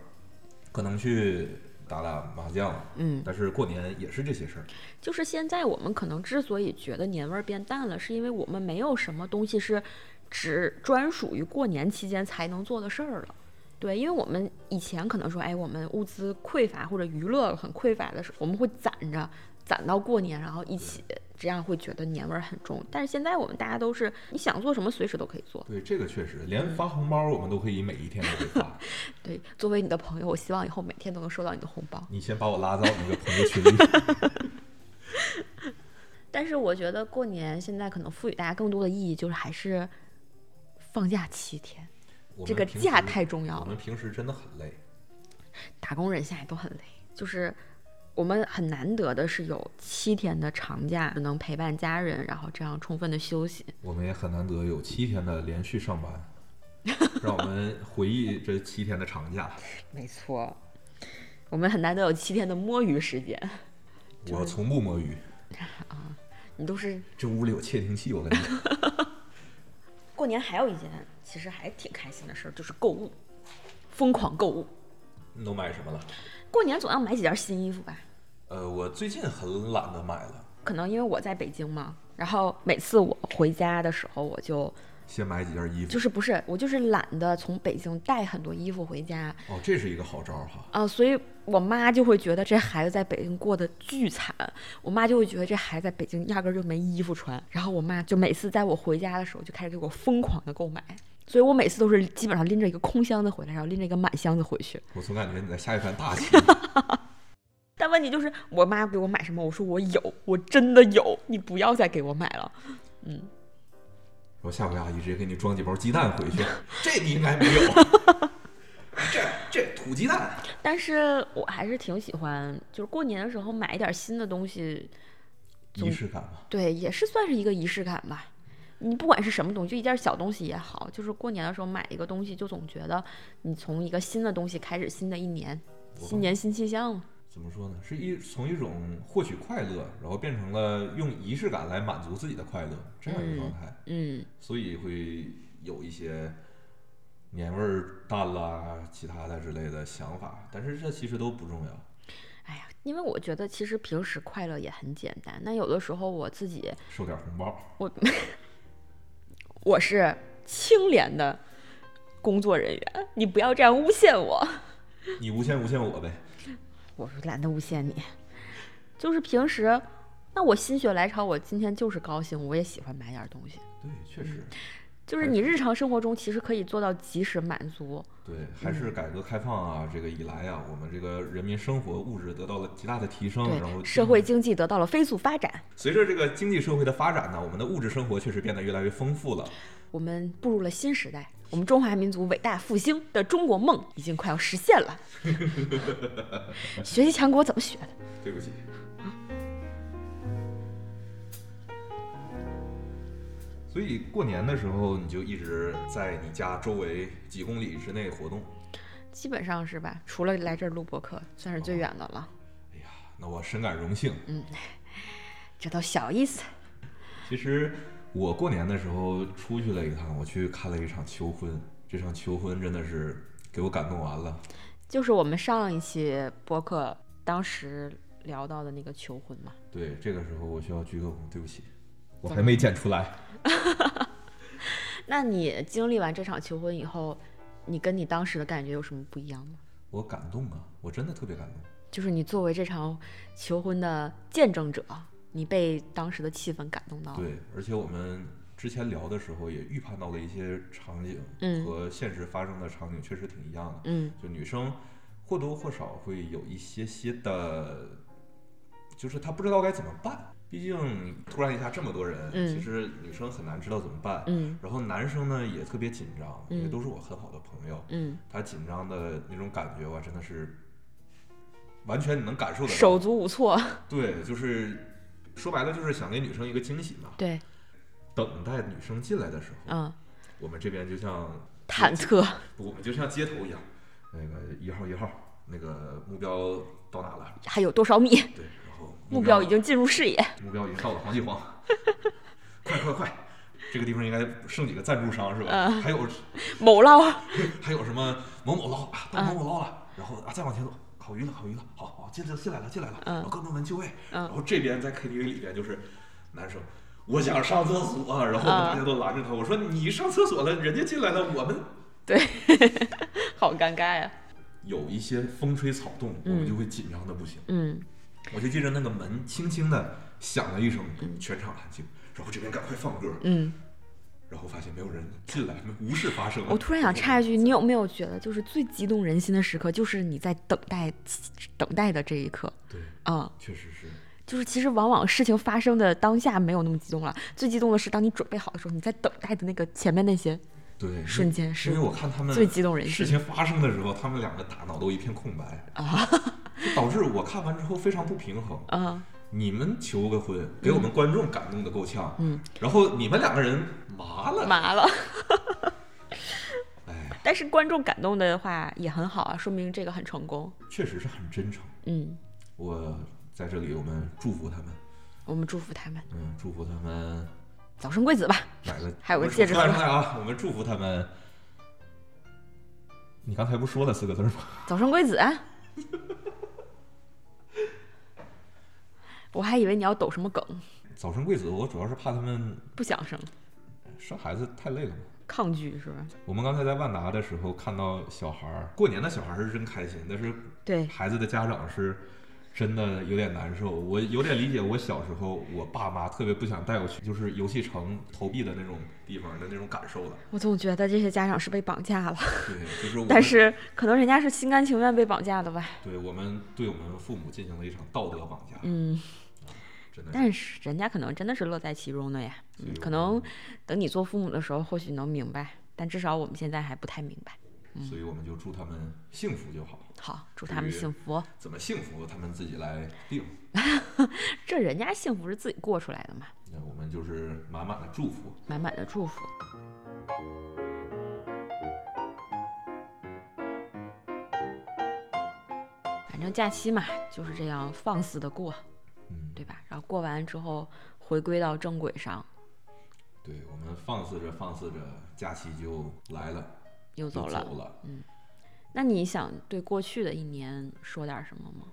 Speaker 2: 可能去打打麻将，
Speaker 3: 嗯，
Speaker 2: 但是过年也是这些事儿。
Speaker 3: 就是现在我们可能之所以觉得年味儿变淡了，是因为我们没有什么东西是只专属于过年期间才能做的事儿了。对，因为我们以前可能说，哎，我们物资匮乏或者娱乐很匮乏的时候，我们会攒着，攒到过年，然后一起，这样会觉得年味儿很重。但是现在我们大家都是，你想做什么随时都可以做。
Speaker 2: 对，这个确实，连发红包我们都可以每一天都 给发。
Speaker 3: 对，作为你的朋友，我希望以后每天都能收到你的红包。
Speaker 2: 你先把我拉到那个朋友 群里。
Speaker 3: 但是我觉得过年现在可能赋予大家更多的意义，就是还是放假七天。
Speaker 2: 我们
Speaker 3: 这个
Speaker 2: 平
Speaker 3: 假
Speaker 2: 时
Speaker 3: 太重要
Speaker 2: 我
Speaker 3: 了
Speaker 2: 们平时真的很累，
Speaker 3: 打工人现在都很累，就是我们很难得的是有七天的长假，能陪伴家人，然后这样充分的休息。
Speaker 2: 我们也很难得有七天的连续上班，让我们回忆这七天的长 假。
Speaker 3: 没错，我们很难得有七天的摸鱼时间。
Speaker 2: 我从不摸鱼，
Speaker 3: 你都是
Speaker 2: 这屋里有窃听器，我跟你 讲。
Speaker 3: 过年还有一件其实还挺开心的事儿，就是购物，疯狂购物。
Speaker 2: 你都买什么了？
Speaker 3: 过年总要买几件新衣服吧？
Speaker 2: 呃，我最近很懒得买了，
Speaker 3: 可能因为我在北京嘛，然后每次我回家的时候，我就
Speaker 2: 先买几件衣服。
Speaker 3: 就是不是我就是懒得从北京带很多衣服回家
Speaker 2: 哦，这是一个好招儿哈。
Speaker 3: 啊、所以我妈就会觉得这孩子在北京过得巨惨，我妈就会觉得这孩子在北京压根儿就没衣服穿，然后我妈就每次在我回家的时候就开始给我疯狂的购买。所以我每次都是基本上拎着一个空箱子回来，然后拎着一个满箱子回去。
Speaker 2: 我总感觉你在下一盘大棋。
Speaker 3: 但问题就是，我妈给我买什么，我说我有，我真的有，你不要再给我买了。
Speaker 2: 我下回阿姨直接给你装几包鸡蛋回去，这你应该没有。这这土鸡蛋，
Speaker 3: 但是我还是挺喜欢，就是过年的时候买一点新的东西，
Speaker 2: 仪式感嘛。
Speaker 3: 对，也是算是一个仪式感吧。你不管是什么东西，就一件小东西也好，就是过年的时候买一个东西，就总觉得你从一个新的东西开始，新的一年，新年新气象嘛。
Speaker 2: 怎么说呢？是一从一种获取快乐，然后变成了用仪式感来满足自己的快乐这样一个状态，
Speaker 3: 嗯，
Speaker 2: 所以会有一些年味儿淡啦、其他的之类的想法。但是这其实都不重要。
Speaker 3: 哎呀，因为我觉得其实平时快乐也很简单。那有的时候我自己，
Speaker 2: 收点红包，
Speaker 3: 我我是清廉的工作人员，你不要这样诬陷我。
Speaker 2: 你无限无限我呗。
Speaker 3: 我说懒得诬陷你，就是平时，那我心血来潮，我今天就是高兴，我也喜欢买点东西。
Speaker 2: 对，确实，
Speaker 3: 就是你日常生活中其实可以做到及时满足，
Speaker 2: 对，还是改革开放啊，这个以来啊，我们这个人民生活物质得到了极大的提升，嗯然后
Speaker 3: 对，社会经济得到了飞速发展，
Speaker 2: 随着这个经济社会的发展呢，我们的物质生活确实变得越来越丰富了。
Speaker 3: 我们步入了新时代，我们中华民族伟大复兴的中国梦已经快要实现了。学习强国怎么学的？
Speaker 2: 对不起，所以过年的时候，你就一直在你家周围几公里之内活动。
Speaker 3: 基本上是吧，除了来这儿录播客，算
Speaker 2: 哦
Speaker 3: 是最远的了。
Speaker 2: 哎呀，那我深感荣幸。
Speaker 3: 这都小意思。
Speaker 2: 其实我过年的时候出去了一趟，我去看了一场求婚，这场求婚真的是给我感动完了。
Speaker 3: 就是我们上一期播客当时聊到的那个求婚嘛，
Speaker 2: 对，这个时候我需要鞠个躬，对不起，我还没剪出来。
Speaker 3: 那你经历完这场求婚以后，你跟你当时的感觉有什么不一样吗？
Speaker 2: 我感动啊，我真的特别感动。
Speaker 3: 就是你作为这场求婚的见证者，你被当时的气氛感动到了。
Speaker 2: 对，而且我们之前聊的时候也预判到了一些场景，
Speaker 3: 嗯
Speaker 2: 和现实发生的场景确实挺一样的。
Speaker 3: 嗯，
Speaker 2: 就女生或多或少会有一些些的，就是她不知道该怎么办。毕竟突然一下这么多人，
Speaker 3: 嗯
Speaker 2: 其实女生很难知道怎么办。
Speaker 3: 嗯
Speaker 2: 然后男生呢也特别紧张，因为
Speaker 3: 嗯
Speaker 2: 都是我很好的朋友，
Speaker 3: 嗯，
Speaker 2: 他紧张的那种感觉，我真的是完全你能感受得
Speaker 3: 手
Speaker 2: 到。
Speaker 3: 足无措。
Speaker 2: 对，就是说白了就是想给女生一个惊喜嘛。
Speaker 3: 对，
Speaker 2: 等待女生进来的时候，
Speaker 3: 嗯，
Speaker 2: 我们这边就像
Speaker 3: 忐忑。
Speaker 2: 不，我们就像街头一样，那个一号一号，那个目标到哪了？
Speaker 3: 还有多少米？
Speaker 2: 对，然后
Speaker 3: 目
Speaker 2: 标
Speaker 3: 标已经进入视野。
Speaker 2: 目标已经到了黄记黄， 快快快！这个地方应该剩几个赞助商是吧？
Speaker 3: 嗯
Speaker 2: 还有
Speaker 3: 某捞，
Speaker 2: 还有什么某某捞啊，到某
Speaker 3: 嗯
Speaker 2: 某捞了，然后啊再往前走，烤鱼了烤鱼了，好好进来进来了进来了，
Speaker 3: 嗯
Speaker 2: 啊然后哥们们就位，然后这边在 KTV 里边就是男生。我想上厕所、啊然
Speaker 3: 嗯
Speaker 2: 后我们大家都拦着他。我说你上厕所了，人家进来了，我们
Speaker 3: 对，好尴尬呀、
Speaker 2: 有一些风吹草动，我们就会紧张的不行。
Speaker 3: 嗯，
Speaker 2: 我就记着那个门轻轻的响了一声，全场安静，然后这边赶快放歌，
Speaker 3: 嗯，
Speaker 2: 然后发现没有人进来，无事发生。
Speaker 3: 我突然想插一句，你有没有觉得，就是最激动人心的时刻，就是你在等待、等待的这一刻
Speaker 2: 对，
Speaker 3: 啊、
Speaker 2: 确实是，
Speaker 3: 就是其实往往事情发生的当下没有那么激动了，最激动的是当你准备好的时候，你在等待的那个前面那些，
Speaker 2: 对，
Speaker 3: 瞬间是
Speaker 2: 因为我看他们
Speaker 3: 最激动人心
Speaker 2: 事情发生的时候，他们两个大脑都一片空白啊，就导致我看完之后非常不平衡。
Speaker 3: 嗯，
Speaker 2: 你们求个婚，给我们观众感动的够呛，
Speaker 3: 嗯，
Speaker 2: 然后你们两个人麻了，
Speaker 3: 麻了。
Speaker 2: 哎，
Speaker 3: 但是观众感动的话也很好啊，说明这个很成功。
Speaker 2: 确实是很真诚。
Speaker 3: 嗯，
Speaker 2: 我在这里，我们祝福他们，
Speaker 3: 我们祝福他们
Speaker 2: 嗯，祝福他们
Speaker 3: 早生贵子吧。
Speaker 2: 买个，
Speaker 3: 还有个
Speaker 2: 我们
Speaker 3: 戒指
Speaker 2: 说出来啊，我们祝福他们。你刚才不说了四个字儿吗？
Speaker 3: 早生贵子啊！我还以为你要抖什么梗，
Speaker 2: 早生贵子，我主要是怕他们
Speaker 3: 不想生，
Speaker 2: 生孩子太累了嘛。
Speaker 3: 抗拒是吧？
Speaker 2: 我们刚才在万达的时候看到小孩儿，过年的小孩儿是真开心，但是
Speaker 3: 对，
Speaker 2: 孩子的家长是真的有点难受。我有点理解，我小时候我爸妈特别不想带我去，就是游戏城投币的那种地方的那种感受了。
Speaker 3: 我总觉得这些家长是被绑架了，
Speaker 2: 对，就是我们
Speaker 3: 但是可能人家是心甘情愿被绑架的吧。
Speaker 2: 对我们对我们父母进行了一场道德绑架，
Speaker 3: 嗯，
Speaker 2: 真的是。
Speaker 3: 但是人家可能真的是乐在其中的呀。嗯，可能等你做父母的时候，或许能明白，但至少我们现在还不太明白。
Speaker 2: 所以我们就祝他们幸福就好。
Speaker 3: 好，祝他们幸福。哦
Speaker 2: 怎么幸福，他们自己来定。
Speaker 3: 这人家幸福是自己过出来的嘛，
Speaker 2: 那我们就是满满的祝福。
Speaker 3: 满满的祝福。反正假期嘛，就是这样放肆的过，
Speaker 2: 嗯，
Speaker 3: 对吧？然后过完之后回归到正轨上，
Speaker 2: 对，我们放肆着放肆着，假期就来了，
Speaker 3: 又
Speaker 2: 就
Speaker 3: 走了。
Speaker 2: 走了。
Speaker 3: 那你想对过去的一年说点什么吗？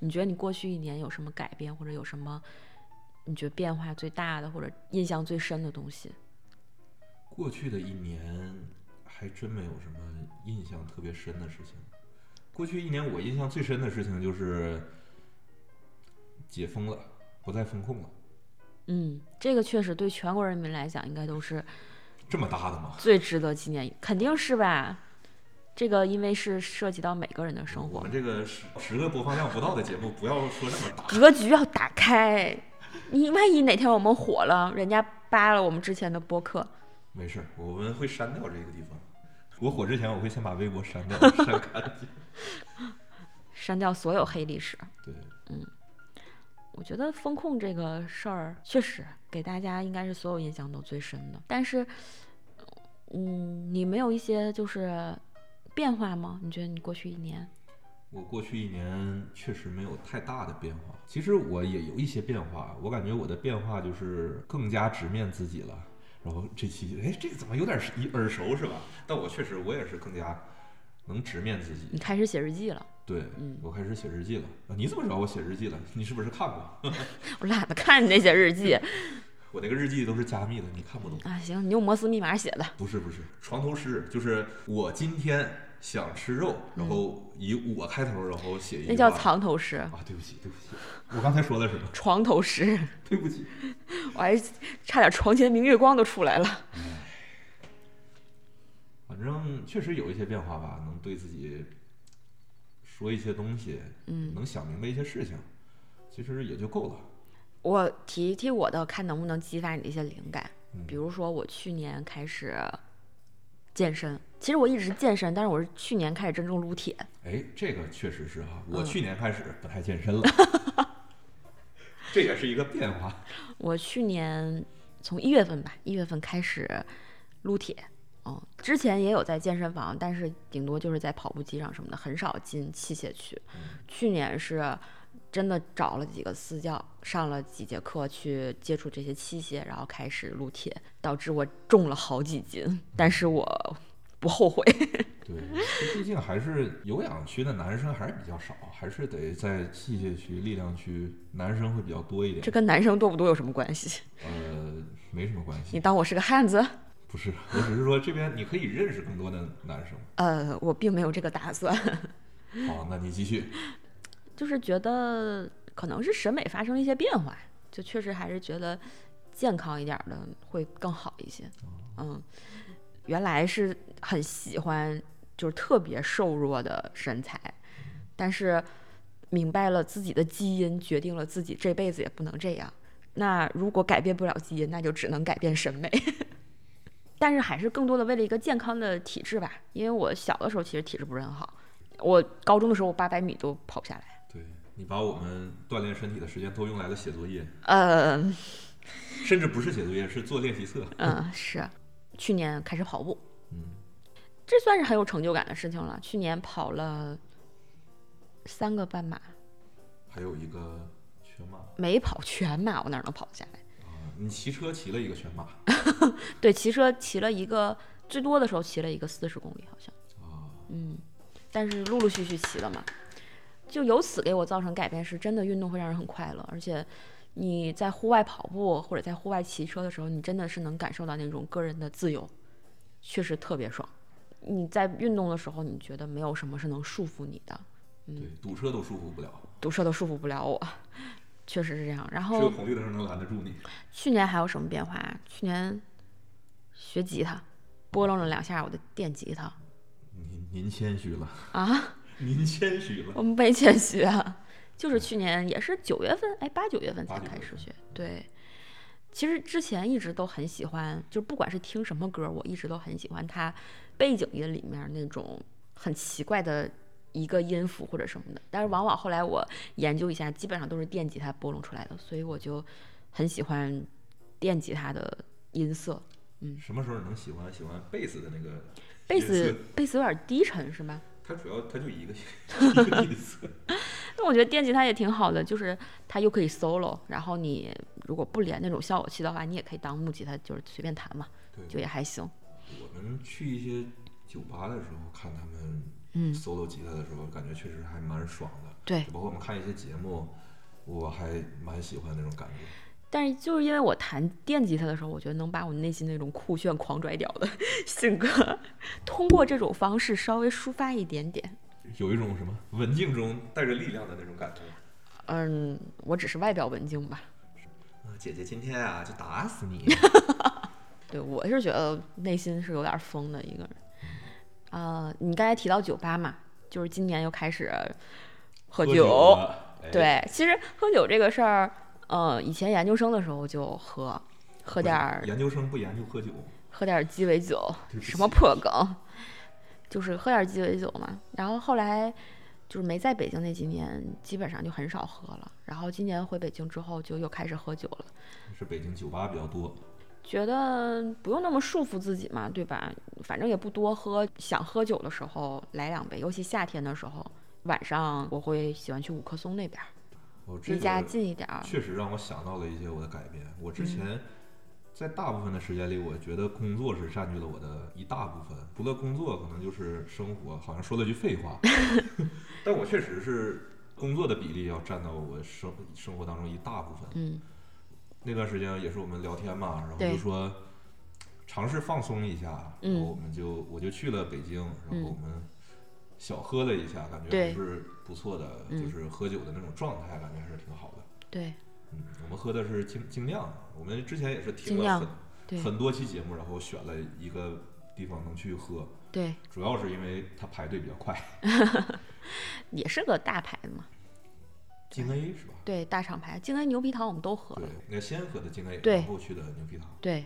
Speaker 3: 你觉得你过去一年有什么改变，或者有什么你觉得变化最大的，或者印象最深的东西？
Speaker 2: 过去的一年还真没有什么印象特别深的事情。过去一年我印象最深的事情就是解封了，不再封控了，
Speaker 3: 嗯，这个确实对全国人民来讲，应该都是
Speaker 2: 这么大的吗？
Speaker 3: 最值得纪念，肯定是吧？这个因为是涉及到每个人的生
Speaker 2: 我
Speaker 3: 活
Speaker 2: 们，这个十十个播放量不到的节目，不要说这么大。
Speaker 3: 格局要打开。你万一哪天我们火了，人家扒了我们之前的播客，
Speaker 2: 没事儿，我们会删掉这个地方。我火之前，我会先把微博删掉，删干净。
Speaker 3: 删掉所有黑历史。
Speaker 2: 对，
Speaker 3: 我觉得风控这个事儿确实给大家应该是所有印象都最深的，但是，嗯，你没有一些就是变化吗？你觉得你过去一年，
Speaker 2: 我过去一年确实没有太大的变化，其实我也有一些变化，我感觉我的变化就是更加直面自己了。然后这期，哎，这个怎么有点儿一耳熟是吧？但我确实我也是更加能直面自
Speaker 3: 你
Speaker 2: 己。
Speaker 3: 开始写日记了？
Speaker 2: 对，
Speaker 3: 嗯
Speaker 2: 我开始写日记了。啊你怎么知道我写日记了？你是不是看过？
Speaker 3: 我懒得看你那些日记
Speaker 2: 我那个日记都是加密的，你看不懂。
Speaker 3: 啊，行，你用摩斯密码写的，
Speaker 2: 不是不是，床头诗就是我今天想吃肉，然后以我开头，然后写一句
Speaker 3: 嗯那叫
Speaker 2: 话
Speaker 3: 藏头诗、
Speaker 2: 啊！对不起对不起，我刚才说的什么？
Speaker 3: 床头诗，
Speaker 2: 对不起。
Speaker 3: 我还差点床前明月光都出来了。
Speaker 2: 反正确实有一些变化吧，能对自己说一些东西，嗯，能想明白一些事情，其实也就够了。
Speaker 3: 我提一提我的，看能不能激发你的一些灵感。比如说，我去年开始健身，其实我一直健身，但是我是去年开始真正撸铁。
Speaker 2: 哎，这个确实是哈、
Speaker 3: 嗯
Speaker 2: 我去年开始不太 健身了，这也是一个变化。
Speaker 3: 我去年从一月份吧，一月份开始撸铁。嗯，之前也有在健身房，但是顶多就是在跑步机上什么的，很少进器械去。去年是真的找了几个私教，上了几节课去接触这些器械，然后开始撸铁，导致我重了好几斤，但是我不后悔。
Speaker 2: 对，毕竟还是有氧区的男生还是比较少，还是得在器械区、力量区，男生会比较多一点
Speaker 3: 这。跟男生多不多有什么关系？
Speaker 2: 呃，没什么关
Speaker 3: 你
Speaker 2: 系。
Speaker 3: 当我是个汉子？
Speaker 2: 不是，我只是说这边你可以认识更多的男生。
Speaker 3: 呃，我并没有这个打算。
Speaker 2: 好，那你继续。
Speaker 3: 就是觉得可能是审美发生了一些变化，就确实还是觉得健康一点儿的会更好一些。嗯，原来是很喜欢就是特别瘦弱的身材，但是明白了自己的基因决定了自己这辈子也不能这样。那如果改变不了基因，那就只能改变审美。 但是还是更多的为了一个健康的体质吧，因为我小的时候其实体质不是很好，我高中的时候，我八百米都跑不下来。
Speaker 2: 对你把我们锻炼身体的时间都用来了写作业，
Speaker 3: 呃，
Speaker 2: 甚至不是写作业，是做练习册。
Speaker 3: 嗯，是，去年开始跑步，
Speaker 2: 嗯，
Speaker 3: 这算是很有成就感的事情了。去年跑了三个半马，
Speaker 2: 还有一个全马
Speaker 3: 没跑全马，我哪能跑得下来？
Speaker 2: 啊，你骑车骑了一个全马
Speaker 3: 对，骑车骑了一个，最多的时候骑了一个四十公里，好像，
Speaker 2: 啊，
Speaker 3: 嗯，但是陆陆续续骑了嘛，就由此给我造成改变，是真的运动会让人很快乐，而且你在户外跑步或者在户外骑车的时候，你真的是能感受到那种个人的自由，确实特别爽。你在运动的时候，你觉得没有什么是能束缚你的，嗯
Speaker 2: 对，堵车都束缚不了，
Speaker 3: 毒蛇都束缚不了我， 确实是这样。然
Speaker 2: 只有
Speaker 3: 后
Speaker 2: 红绿灯能拦得住你。
Speaker 3: 去年还有什么变化？啊去年学吉他，拨弄了两下我的电吉他
Speaker 2: 您您谦虚了，
Speaker 3: 啊，
Speaker 2: 您谦虚 了。
Speaker 3: 我没谦虚啊， 就是去年也是九月份，哎，八九月份才
Speaker 2: 八九月
Speaker 3: 开始
Speaker 2: 份
Speaker 3: 学。对，其实之前一直都很喜欢，就是不管是听什么歌，我一直都很喜欢它背景音里面那种很奇怪的。一个音符或者什么的，但是往往后来我研究一下，基本上都是电吉他拨弄出来的，所以我就很喜欢电吉他的音色。
Speaker 2: 什么时候能喜欢喜欢贝斯的那个？
Speaker 3: 贝斯，贝斯有点低沉是吧？
Speaker 2: 它主要它就一个 一 个音色。
Speaker 3: 那我觉得电吉他也挺好的，就是它又可以 solo，然后你如果不连那种效果器的话，你也可以当木吉他，就是随便弹嘛，就
Speaker 2: 对，
Speaker 3: 也还行。
Speaker 2: 我们去一些酒吧的时候看他们
Speaker 3: 嗯
Speaker 2: solo 吉他的时候，感觉确实还蛮爽的。
Speaker 3: 对，
Speaker 2: 包括我们看一些节目，我还蛮喜欢那种感觉。
Speaker 3: 但是就是因为我弹电吉他的时候，我觉得能把我内心那种酷炫狂拽屌的 性格，通过这种方式稍微抒发一点点。
Speaker 2: 有一种什么文静中带着力量的那种感觉。
Speaker 3: 嗯，我只是外表文静吧，
Speaker 2: 啊，姐姐今天啊就打死 你！
Speaker 3: 对我是觉得内心是有点疯的一个人。啊，你刚才提到酒吧嘛，就是今年又开始喝
Speaker 2: 喝
Speaker 3: 酒。
Speaker 2: 了，哎，
Speaker 3: 对，其实喝酒这个事儿，呃，以前研究生的时候就喝，喝
Speaker 2: 不
Speaker 3: 点
Speaker 2: 是
Speaker 3: 儿
Speaker 2: 研究生不研究喝酒，
Speaker 3: 喝点儿鸡尾酒，
Speaker 2: 对不
Speaker 3: 什么
Speaker 2: 起
Speaker 3: 破梗，就是喝点儿鸡尾酒嘛。然后后来就是没在北京那几年，基本上就很少喝了。然后今年回北京之后，就又开始喝酒了。
Speaker 2: 是北京酒吧比较多。
Speaker 3: 觉得不用那么束缚自己嘛，对吧？反正也不多喝，想喝酒的时候来两杯，尤其夏天的时候，晚上我会喜欢去五棵松那边儿，
Speaker 2: 哦，这
Speaker 3: 离家
Speaker 2: 个
Speaker 3: 近一点儿。
Speaker 2: 确实让我想到了一些我的改变。我
Speaker 3: 嗯
Speaker 2: 之前在大部分的时间里，我觉得工作是占据了我的一大部分，除了工作，可能就是生活。好像说了句废 话，但我确实是工作的比例要占到我生生活当中一大部分。
Speaker 3: 嗯。
Speaker 2: 那段时间也是我们聊天嘛，然后
Speaker 3: 对
Speaker 2: 就说尝试放松一下，
Speaker 3: 嗯
Speaker 2: 然后我们就我就去了北京，然
Speaker 3: 嗯
Speaker 2: 后我们小喝了一下，感觉
Speaker 3: 对
Speaker 2: 还是不错的，
Speaker 3: 嗯
Speaker 2: 就是喝酒的那种状态，感觉还是挺好的。
Speaker 3: 对
Speaker 2: 嗯，我们喝的是精精酿，我们之前也是听
Speaker 3: 精酿
Speaker 2: 了
Speaker 3: 对
Speaker 2: 很很多期节目，然后选了一个地方能去喝，
Speaker 3: 对，
Speaker 2: 主要是因为它排队比较快，
Speaker 3: 也是个大牌子嘛，
Speaker 2: 京 A 是吧？
Speaker 3: 对，大厂牌，京 A 牛皮糖我们都喝
Speaker 2: 对
Speaker 3: 了。，
Speaker 2: 那先喝的京 A，
Speaker 3: 对
Speaker 2: 然后去的牛皮糖，
Speaker 3: 对，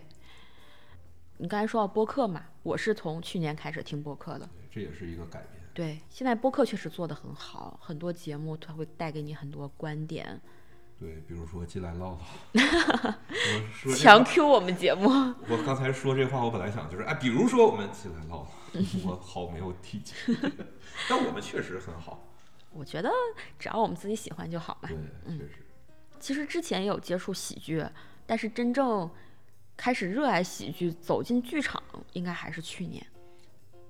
Speaker 3: 你刚才说到播客嘛，我是从去年开始听播客的。
Speaker 2: 对这也是一个改变。
Speaker 3: 对，现在播客确实做得很好，很多节目它会带给你很多观点，
Speaker 2: 对，比如说进来 唠唠，我说这
Speaker 3: 强
Speaker 2: 话
Speaker 3: Q 我们节目。
Speaker 2: 我刚才说这话，我本来想就是，哎，比如说我们进来唠唠， 我好没有体检， 但我们确实很好，
Speaker 3: 我觉得只要我们自己喜欢就好嘛
Speaker 2: 对。，确实。
Speaker 3: 其实之前也有接触喜剧，但是真正开始热爱喜剧、走进剧场，应该还是去年。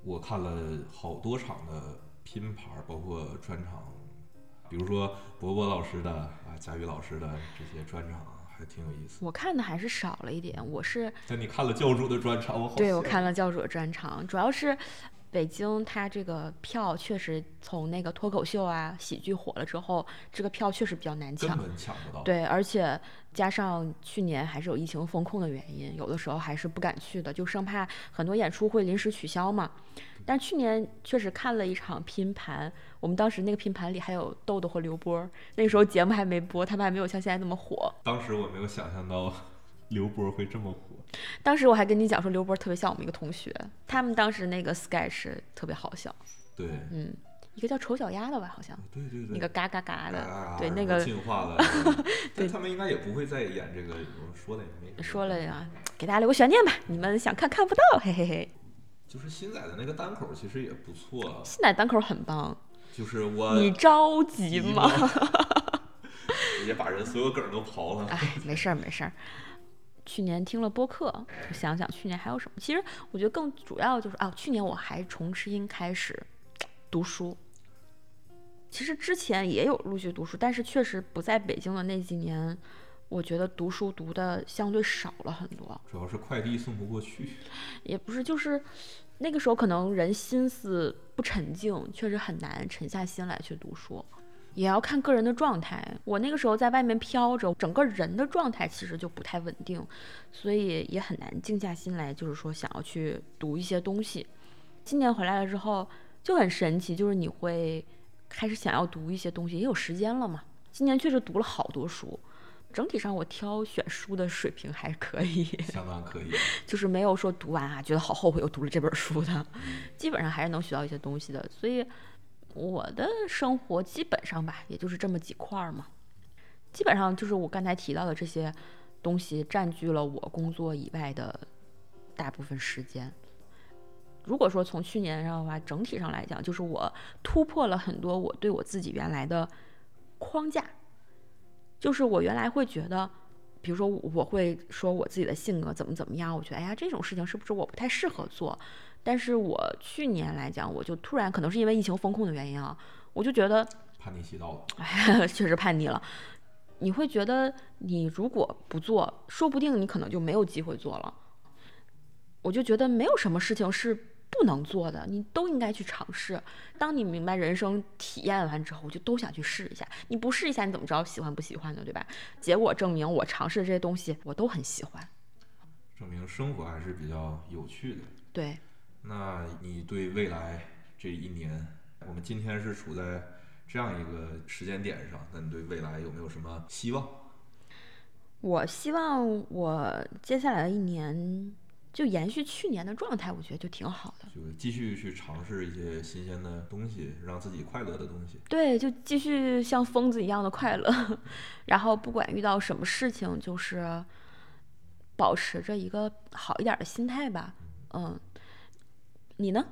Speaker 2: 我看了好多场的拼盘儿，包括专场，比如说博博老师的啊，贾宇老师的这些专场，还挺有意思。
Speaker 3: 我看的还是少了一点，我是
Speaker 2: 但你看了教主的专场，我好
Speaker 3: 对，我
Speaker 2: 羡慕
Speaker 3: 看了教主的专场，主要是北京它这个票确实从那个脱口秀啊、喜剧火了之后，这个票确实比较难
Speaker 2: 根
Speaker 3: 抢。
Speaker 2: 本抢不到。，
Speaker 3: 对，而且加上去年还是有疫情风控的原因，有的时候还是不敢去的，就生怕很多演出会临时取消嘛。但去年确实看了一场拼盘，我们当时那个拼盘里还有豆豆和刘波儿，那个时候节目还没播，他们还没有像现在那么火。
Speaker 2: 当时我没有想象到 刘波会这么火。
Speaker 3: 当时我还跟你讲说刘波特别像我们一个同学，他们当时那个 sketch 特别好笑。
Speaker 2: 对，
Speaker 3: 嗯，一个叫丑小鸭的吧，好像
Speaker 2: 对对对，
Speaker 3: 那个嘎嘎嘎的，
Speaker 2: 啊
Speaker 3: 对
Speaker 2: 然
Speaker 3: 那
Speaker 2: 后
Speaker 3: 个
Speaker 2: 进 化了，但他们应该也不会再演这个，我说的也没什么
Speaker 3: 说了呀，给大家留个悬念吧，你们想看看不到，嘿嘿嘿。
Speaker 2: 就是新仔的那个单口其实也不错，啊
Speaker 3: 现在单口很棒，
Speaker 2: 就是我
Speaker 3: 呃你着急
Speaker 2: 一
Speaker 3: 吗？
Speaker 2: 直接把人所有梗都刨了。
Speaker 3: 哎，没事儿没事儿。去年听了播客，我想想去年还有什么。其实我觉得更主要就是啊，去年我还重新开始读书。其实之前也有陆续读书，但是确实不在北京的那几年，我觉得读书读的相对少了很多。
Speaker 2: 主要是快递送不过去，
Speaker 3: 也不是，就是那个时候可能人心思不沉静，确实很难沉下心来去读书，也要看个人的状态。我那个时候在外面飘着，整个人的状态其实就不太稳定，所以也很难静下心来，就是说想要去读一些东西。今年回来了之后就很神奇，就是你会开始想要读一些东西，也有时间了嘛。今年确实读了好多书，整体上我挑选书的水平还可以。
Speaker 2: 相当可以。
Speaker 3: 就是没有说读完啊，觉得好后悔又读了这本书的，基本上还是能学到一些东西的。所以我的生活基本上吧，也就是这么几块儿嘛，基本上就是我刚才提到的这些东西占据了我工作以外的大部分时间。如果说从去年上的话，整体上来讲，就是我突破了很多我对我自己原来的框架，就是我原来会觉得，比如说我我会说我自己的性格怎么怎么样，我觉得哎呀这种事情是不是我不太适合做？但是我去年来讲，我就突然可能是因为疫情风控的原因啊，我就觉得
Speaker 2: 叛逆期到了，
Speaker 3: 哎，确实叛逆了。你会觉得，你如果不做，说不定你可能就没有机会做了。我就觉得没有什么事情是不能做的，你都应该去尝试。当你明白人生体验完之后，就都想去试一下。你不试一下，你怎么知道喜欢不喜欢呢？对吧？结果证明，我尝试的这些东西，我都很喜欢。
Speaker 2: 证明生活还是比较有趣的。
Speaker 3: 对，
Speaker 2: 那你对未来这一年，我们今天是处在这样一个时间点上，那你对未来有没有什么希望？
Speaker 3: 我希望我接下来的一年就延续去年的状态，我觉得就挺好的。
Speaker 2: 就是继续去尝试一些新鲜的东西，让自己快乐的东西。
Speaker 3: 对，就继续像疯子一样的快乐， 然后不管遇到什么事情，就是保持着一个好一点儿的心态吧。嗯，你呢？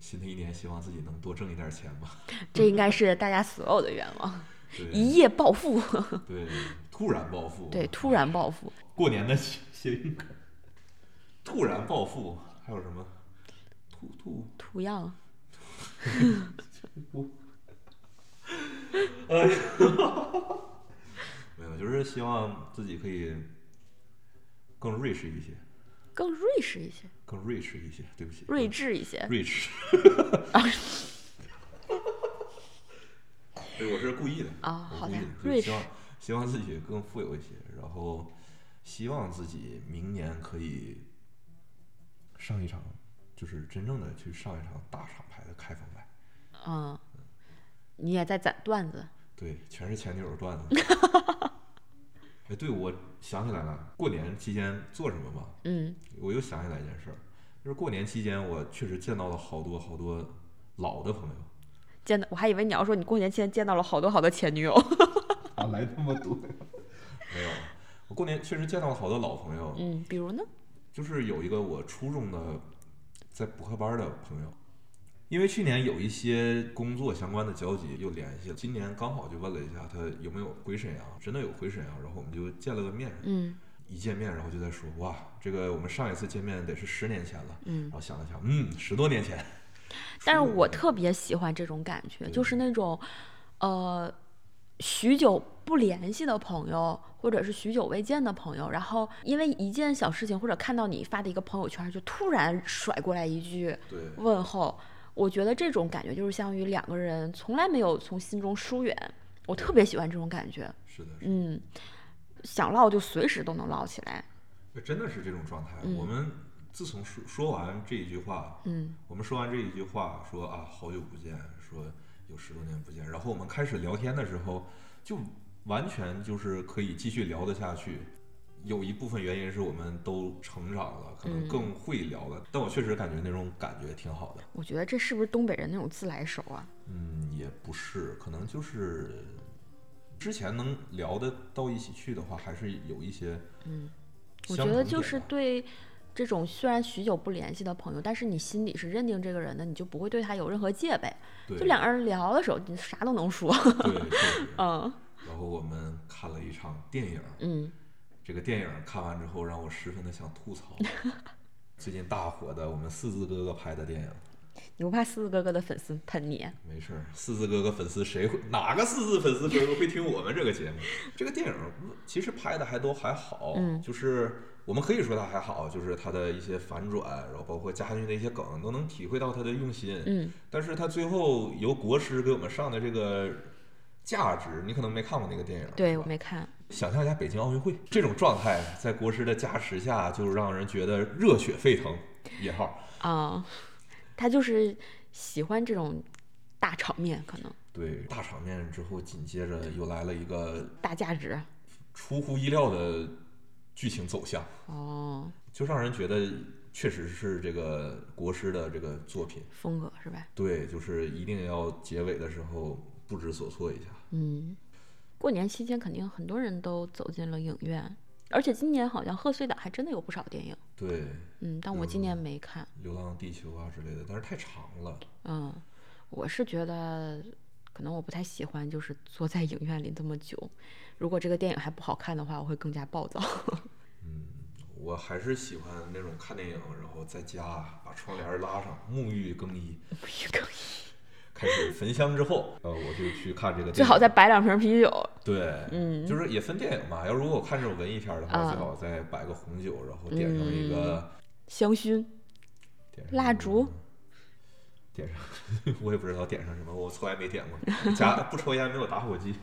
Speaker 2: 新的一年，希望自己能多挣一点钱吧。
Speaker 3: 这应该是大家所有的愿望，一
Speaker 2: 对
Speaker 3: 夜暴富。
Speaker 2: 对，突然暴富。
Speaker 3: 对，突然暴富。
Speaker 2: 过年的谐音梗，突然暴富，还有什么？突突
Speaker 3: 图样，
Speaker 2: 突，哎呀，没有，就是希望自己可以更睿智一些，
Speaker 3: 更睿智一些，
Speaker 2: 更睿智一些。对不起，
Speaker 3: 睿智一些。
Speaker 2: 睿智。 对，我是故意的
Speaker 3: 啊
Speaker 2: 我
Speaker 3: 好
Speaker 2: 故
Speaker 3: 的
Speaker 2: 意的就
Speaker 3: 睿智
Speaker 2: 希望希望自己更富有一些，然后希望自己明年可以上一场，就是真正的去上一场大厂牌的开放麦。
Speaker 3: 嗯，你也在攒段子。
Speaker 2: 对，全是前女友段子。哎，对，我想起来了，过年期间做什么吧？
Speaker 3: 嗯
Speaker 2: 我又想起来一件事儿，就是过年期间，我确实见到了好多好多老的朋友。
Speaker 3: 见到我还以为你要说你过年前见到了好多好多前女友，
Speaker 2: 哪来这么多？没有，我过年确实见到了好多老朋友，
Speaker 3: 嗯，比如呢？
Speaker 2: 就是有一个我初中的在补课班的朋友，因为去年有一些工作相关的交集又联系了，今年刚好就问了一下他有没有回沈阳，真的有回沈阳，然后我们就见了个面，
Speaker 3: 嗯
Speaker 2: 一见面然后就在说哇，这个我们上一次见面得是十年前了，
Speaker 3: 嗯
Speaker 2: 然，后想了想，嗯，十多年前，
Speaker 3: 但是
Speaker 2: 初中
Speaker 3: 我特别喜欢这种感觉，
Speaker 2: 对
Speaker 3: 就是那种，呃，许久不联系的朋友，或者是许久未见的朋友，然后因为一件小事情，或者看到你发的一个朋友圈，就突然甩过来一句
Speaker 2: 对
Speaker 3: 问候，我觉得这种感觉就是相当于两个人从来没有从心中疏远，我特别喜欢这种感觉，
Speaker 2: 是的，是的
Speaker 3: 嗯，想唠就随时都能唠起来，
Speaker 2: 真的是这种状态。
Speaker 3: 嗯
Speaker 2: 我们自从说说完这一句话，
Speaker 3: 嗯，
Speaker 2: 我们说完这一句话，说啊好久不见，说有十多年不见，然后我们开始聊天的时候，就完全就是可以继续聊得下去。有一部分原因是我们都成长了，可能
Speaker 3: 嗯
Speaker 2: 更会聊了。但我确实感觉那种感觉挺好的。
Speaker 3: 我觉得这是不是东北人那种自来熟啊？
Speaker 2: 嗯，也不是，可能就是之前能聊得到一起去的话，还是有一些
Speaker 3: 嗯，我
Speaker 2: 相
Speaker 3: 觉
Speaker 2: 同
Speaker 3: 得
Speaker 2: 点吧。
Speaker 3: 就是对这种虽然许久不联系的朋友，但是你心里是认定这个人的，你就不会对他有任何戒备。
Speaker 2: 对
Speaker 3: 就两个人聊的时候，你啥都能说。
Speaker 2: 对，确实
Speaker 3: 嗯
Speaker 2: 然后我们看了一场电影，
Speaker 3: 嗯
Speaker 2: 这个电影看完之后让我十分的想吐 槽。最近大火的我们四字哥哥拍的电影，
Speaker 3: 你不怕四四哥哥的粉丝喷你？啊
Speaker 2: 没事儿，四字哥哥粉丝谁会哪个四字粉丝哥哥会听我们这个节目？ 这个电影其实拍的还都还好，
Speaker 3: 嗯
Speaker 2: 就是我们可以说它还好，就是它的一些反转，然后包括加进去的一些梗，都能体会到它的用心。
Speaker 3: 嗯，
Speaker 2: 但是它最后由国师给我们上的这个价值，你可能没看过那个电影，
Speaker 3: 对
Speaker 2: 是
Speaker 3: 我
Speaker 2: 吧
Speaker 3: 没看。
Speaker 2: 想象一下北京奥运会这种状态，在国师的加持下，就让人觉得热血沸腾。引号，
Speaker 3: 啊、 他就是喜欢这种大场面，可能
Speaker 2: 对大场面之后，紧接着又来了一个
Speaker 3: 大价值。
Speaker 2: 出乎意料的剧情走向，
Speaker 3: 哦，
Speaker 2: 就让人觉得确实是这个国师的这个作品。
Speaker 3: 风格是吧？
Speaker 2: 对，就是一定要结尾的时候不知所措一下。
Speaker 3: 嗯，过年期间肯定很多人都走进了影院，而且今年好像贺岁档还真的有不少电影。
Speaker 2: 对，《
Speaker 3: 嗯，但我今年没看。
Speaker 2: 流浪地球》啊之类的，但是太长了。
Speaker 3: 嗯，我是觉得可能我不太喜欢，就是坐在影院里这么久。如果这个电影还不好看的话，我会更加暴躁。
Speaker 2: 嗯我还是喜欢那种看电影，然后在家把窗帘拉上，沐浴更衣，开始焚香之后，呃，我就去看这个电影。
Speaker 3: 最好再摆两瓶啤酒。
Speaker 2: 对，
Speaker 3: 嗯
Speaker 2: 就是也分电影嘛。要如果我看这种文艺片儿的话，
Speaker 3: 啊
Speaker 2: 最好再摆个红酒，然后点上一个。
Speaker 3: 香薰，
Speaker 2: 点上
Speaker 3: 嗯蜡
Speaker 2: 一个
Speaker 3: 烛，
Speaker 2: 点上， 我也不知道点上什么，我从来没点过，家不抽烟没有打火机。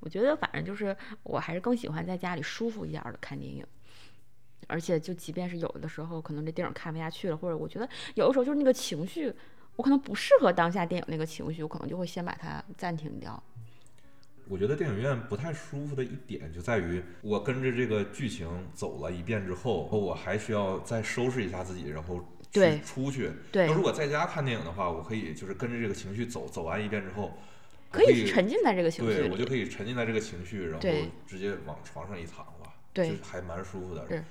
Speaker 3: 我觉得反正就是我还是更喜欢在家里舒服一点儿的看电影。而且就即便是有的时候可能这电影看不下去了，或者我觉得有的时候就是那个情绪，我可能不适合当下电影那个情绪，我可能就会先把它暂停掉。
Speaker 2: 我觉得电影院不太舒服的一点就在于，我跟着这个剧情走了一遍之后，我还需要再收拾一下自己，然后去
Speaker 3: 对
Speaker 2: 出去。
Speaker 3: 对
Speaker 2: 那如果在家看电影的话，我可以就是跟着这个情绪走，走完一遍之后，我
Speaker 3: 可以沉浸在这个情绪
Speaker 2: 对我
Speaker 3: 里，
Speaker 2: 就可以沉浸在这个情绪，然后
Speaker 3: 对
Speaker 2: 直接往床上一躺了，
Speaker 3: 对
Speaker 2: 就还蛮舒服的
Speaker 3: 是。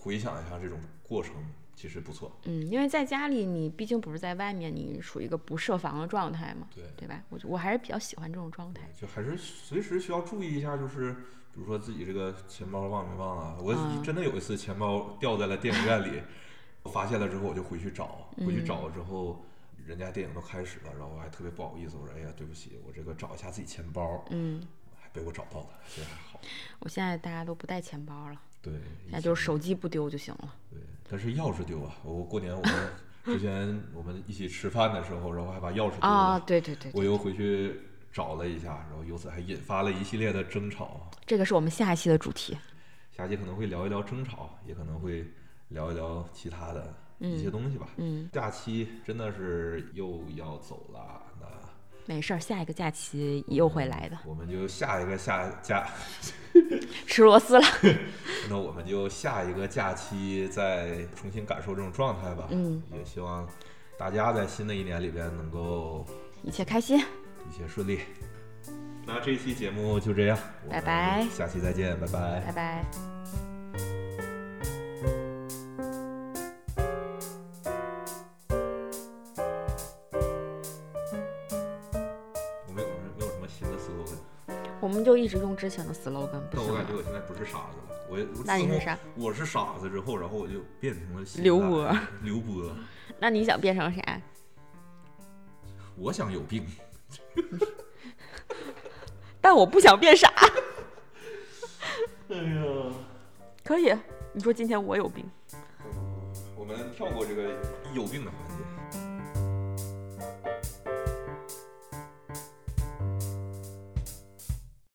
Speaker 2: 回想一下这种过程，其实不错。
Speaker 3: 嗯，因为在家里你毕竟不是在外面，你属于一个不设防的状态嘛，
Speaker 2: 对
Speaker 3: 对吧？我就我还是比较喜欢这种状态。
Speaker 2: 就还是随时需要注意一下，就是比如说自己这个钱包忘没忘啊。我
Speaker 3: 嗯
Speaker 2: 真的有一次钱包掉在了电影院里，我发现了之后我就回去找，
Speaker 3: 嗯
Speaker 2: 回去找了之后，人家电影都开始了，然后我还特别不好意思，我说哎呀对不起，我这个找一下自己钱包，
Speaker 3: 嗯，
Speaker 2: 还被我找到了，这还好。
Speaker 3: 我现在大家都不带钱包了，
Speaker 2: 对，
Speaker 3: 现在就是手机不丢就行了。
Speaker 2: 对，但是钥匙丢啊！我过年 我们之前我们一起吃饭的时候，然后还把钥匙丢
Speaker 3: 啊，
Speaker 2: 了，
Speaker 3: 对对对，对
Speaker 2: 我又回去找了一下，然后由此还引发了一系列的争吵。
Speaker 3: 这个是我们下一期的主题。
Speaker 2: 下期可能会聊一聊争吵，也可能会聊一聊其他的一些东西吧。
Speaker 3: 嗯，
Speaker 2: 假期真的是又要走了，那
Speaker 3: 没事儿，下一个假期又会来的。
Speaker 2: 我们就下一个下假，
Speaker 3: 吃螺丝了，
Speaker 2: 那我们就下一个假期再重新感受这种状态吧。
Speaker 3: 嗯，
Speaker 2: 也希望大家在新的一年里边能够
Speaker 3: 一切开心。
Speaker 2: 一切顺利。那这一期节目就这样，我们
Speaker 3: 拜拜
Speaker 2: 下期再见，拜拜
Speaker 3: 拜拜。
Speaker 2: 我们有什么没有什么新的 slogan？
Speaker 3: 我们就一直用之前的 slogan，不
Speaker 2: 但我
Speaker 3: 行
Speaker 2: 感觉
Speaker 3: 吗？
Speaker 2: 我现在不是傻子了，我我
Speaker 3: 那你
Speaker 2: 自从
Speaker 3: 是啥？
Speaker 2: 我是傻子之后，然后我就变成了现
Speaker 3: 刘
Speaker 2: 在
Speaker 3: 波。
Speaker 2: 刘波，
Speaker 3: 那你想变成啥？
Speaker 2: 我想有病。
Speaker 3: 但我不想变傻。
Speaker 2: 哎呀，
Speaker 3: 可以，你说今天我有病。
Speaker 2: 我们跳过这个有病的环节。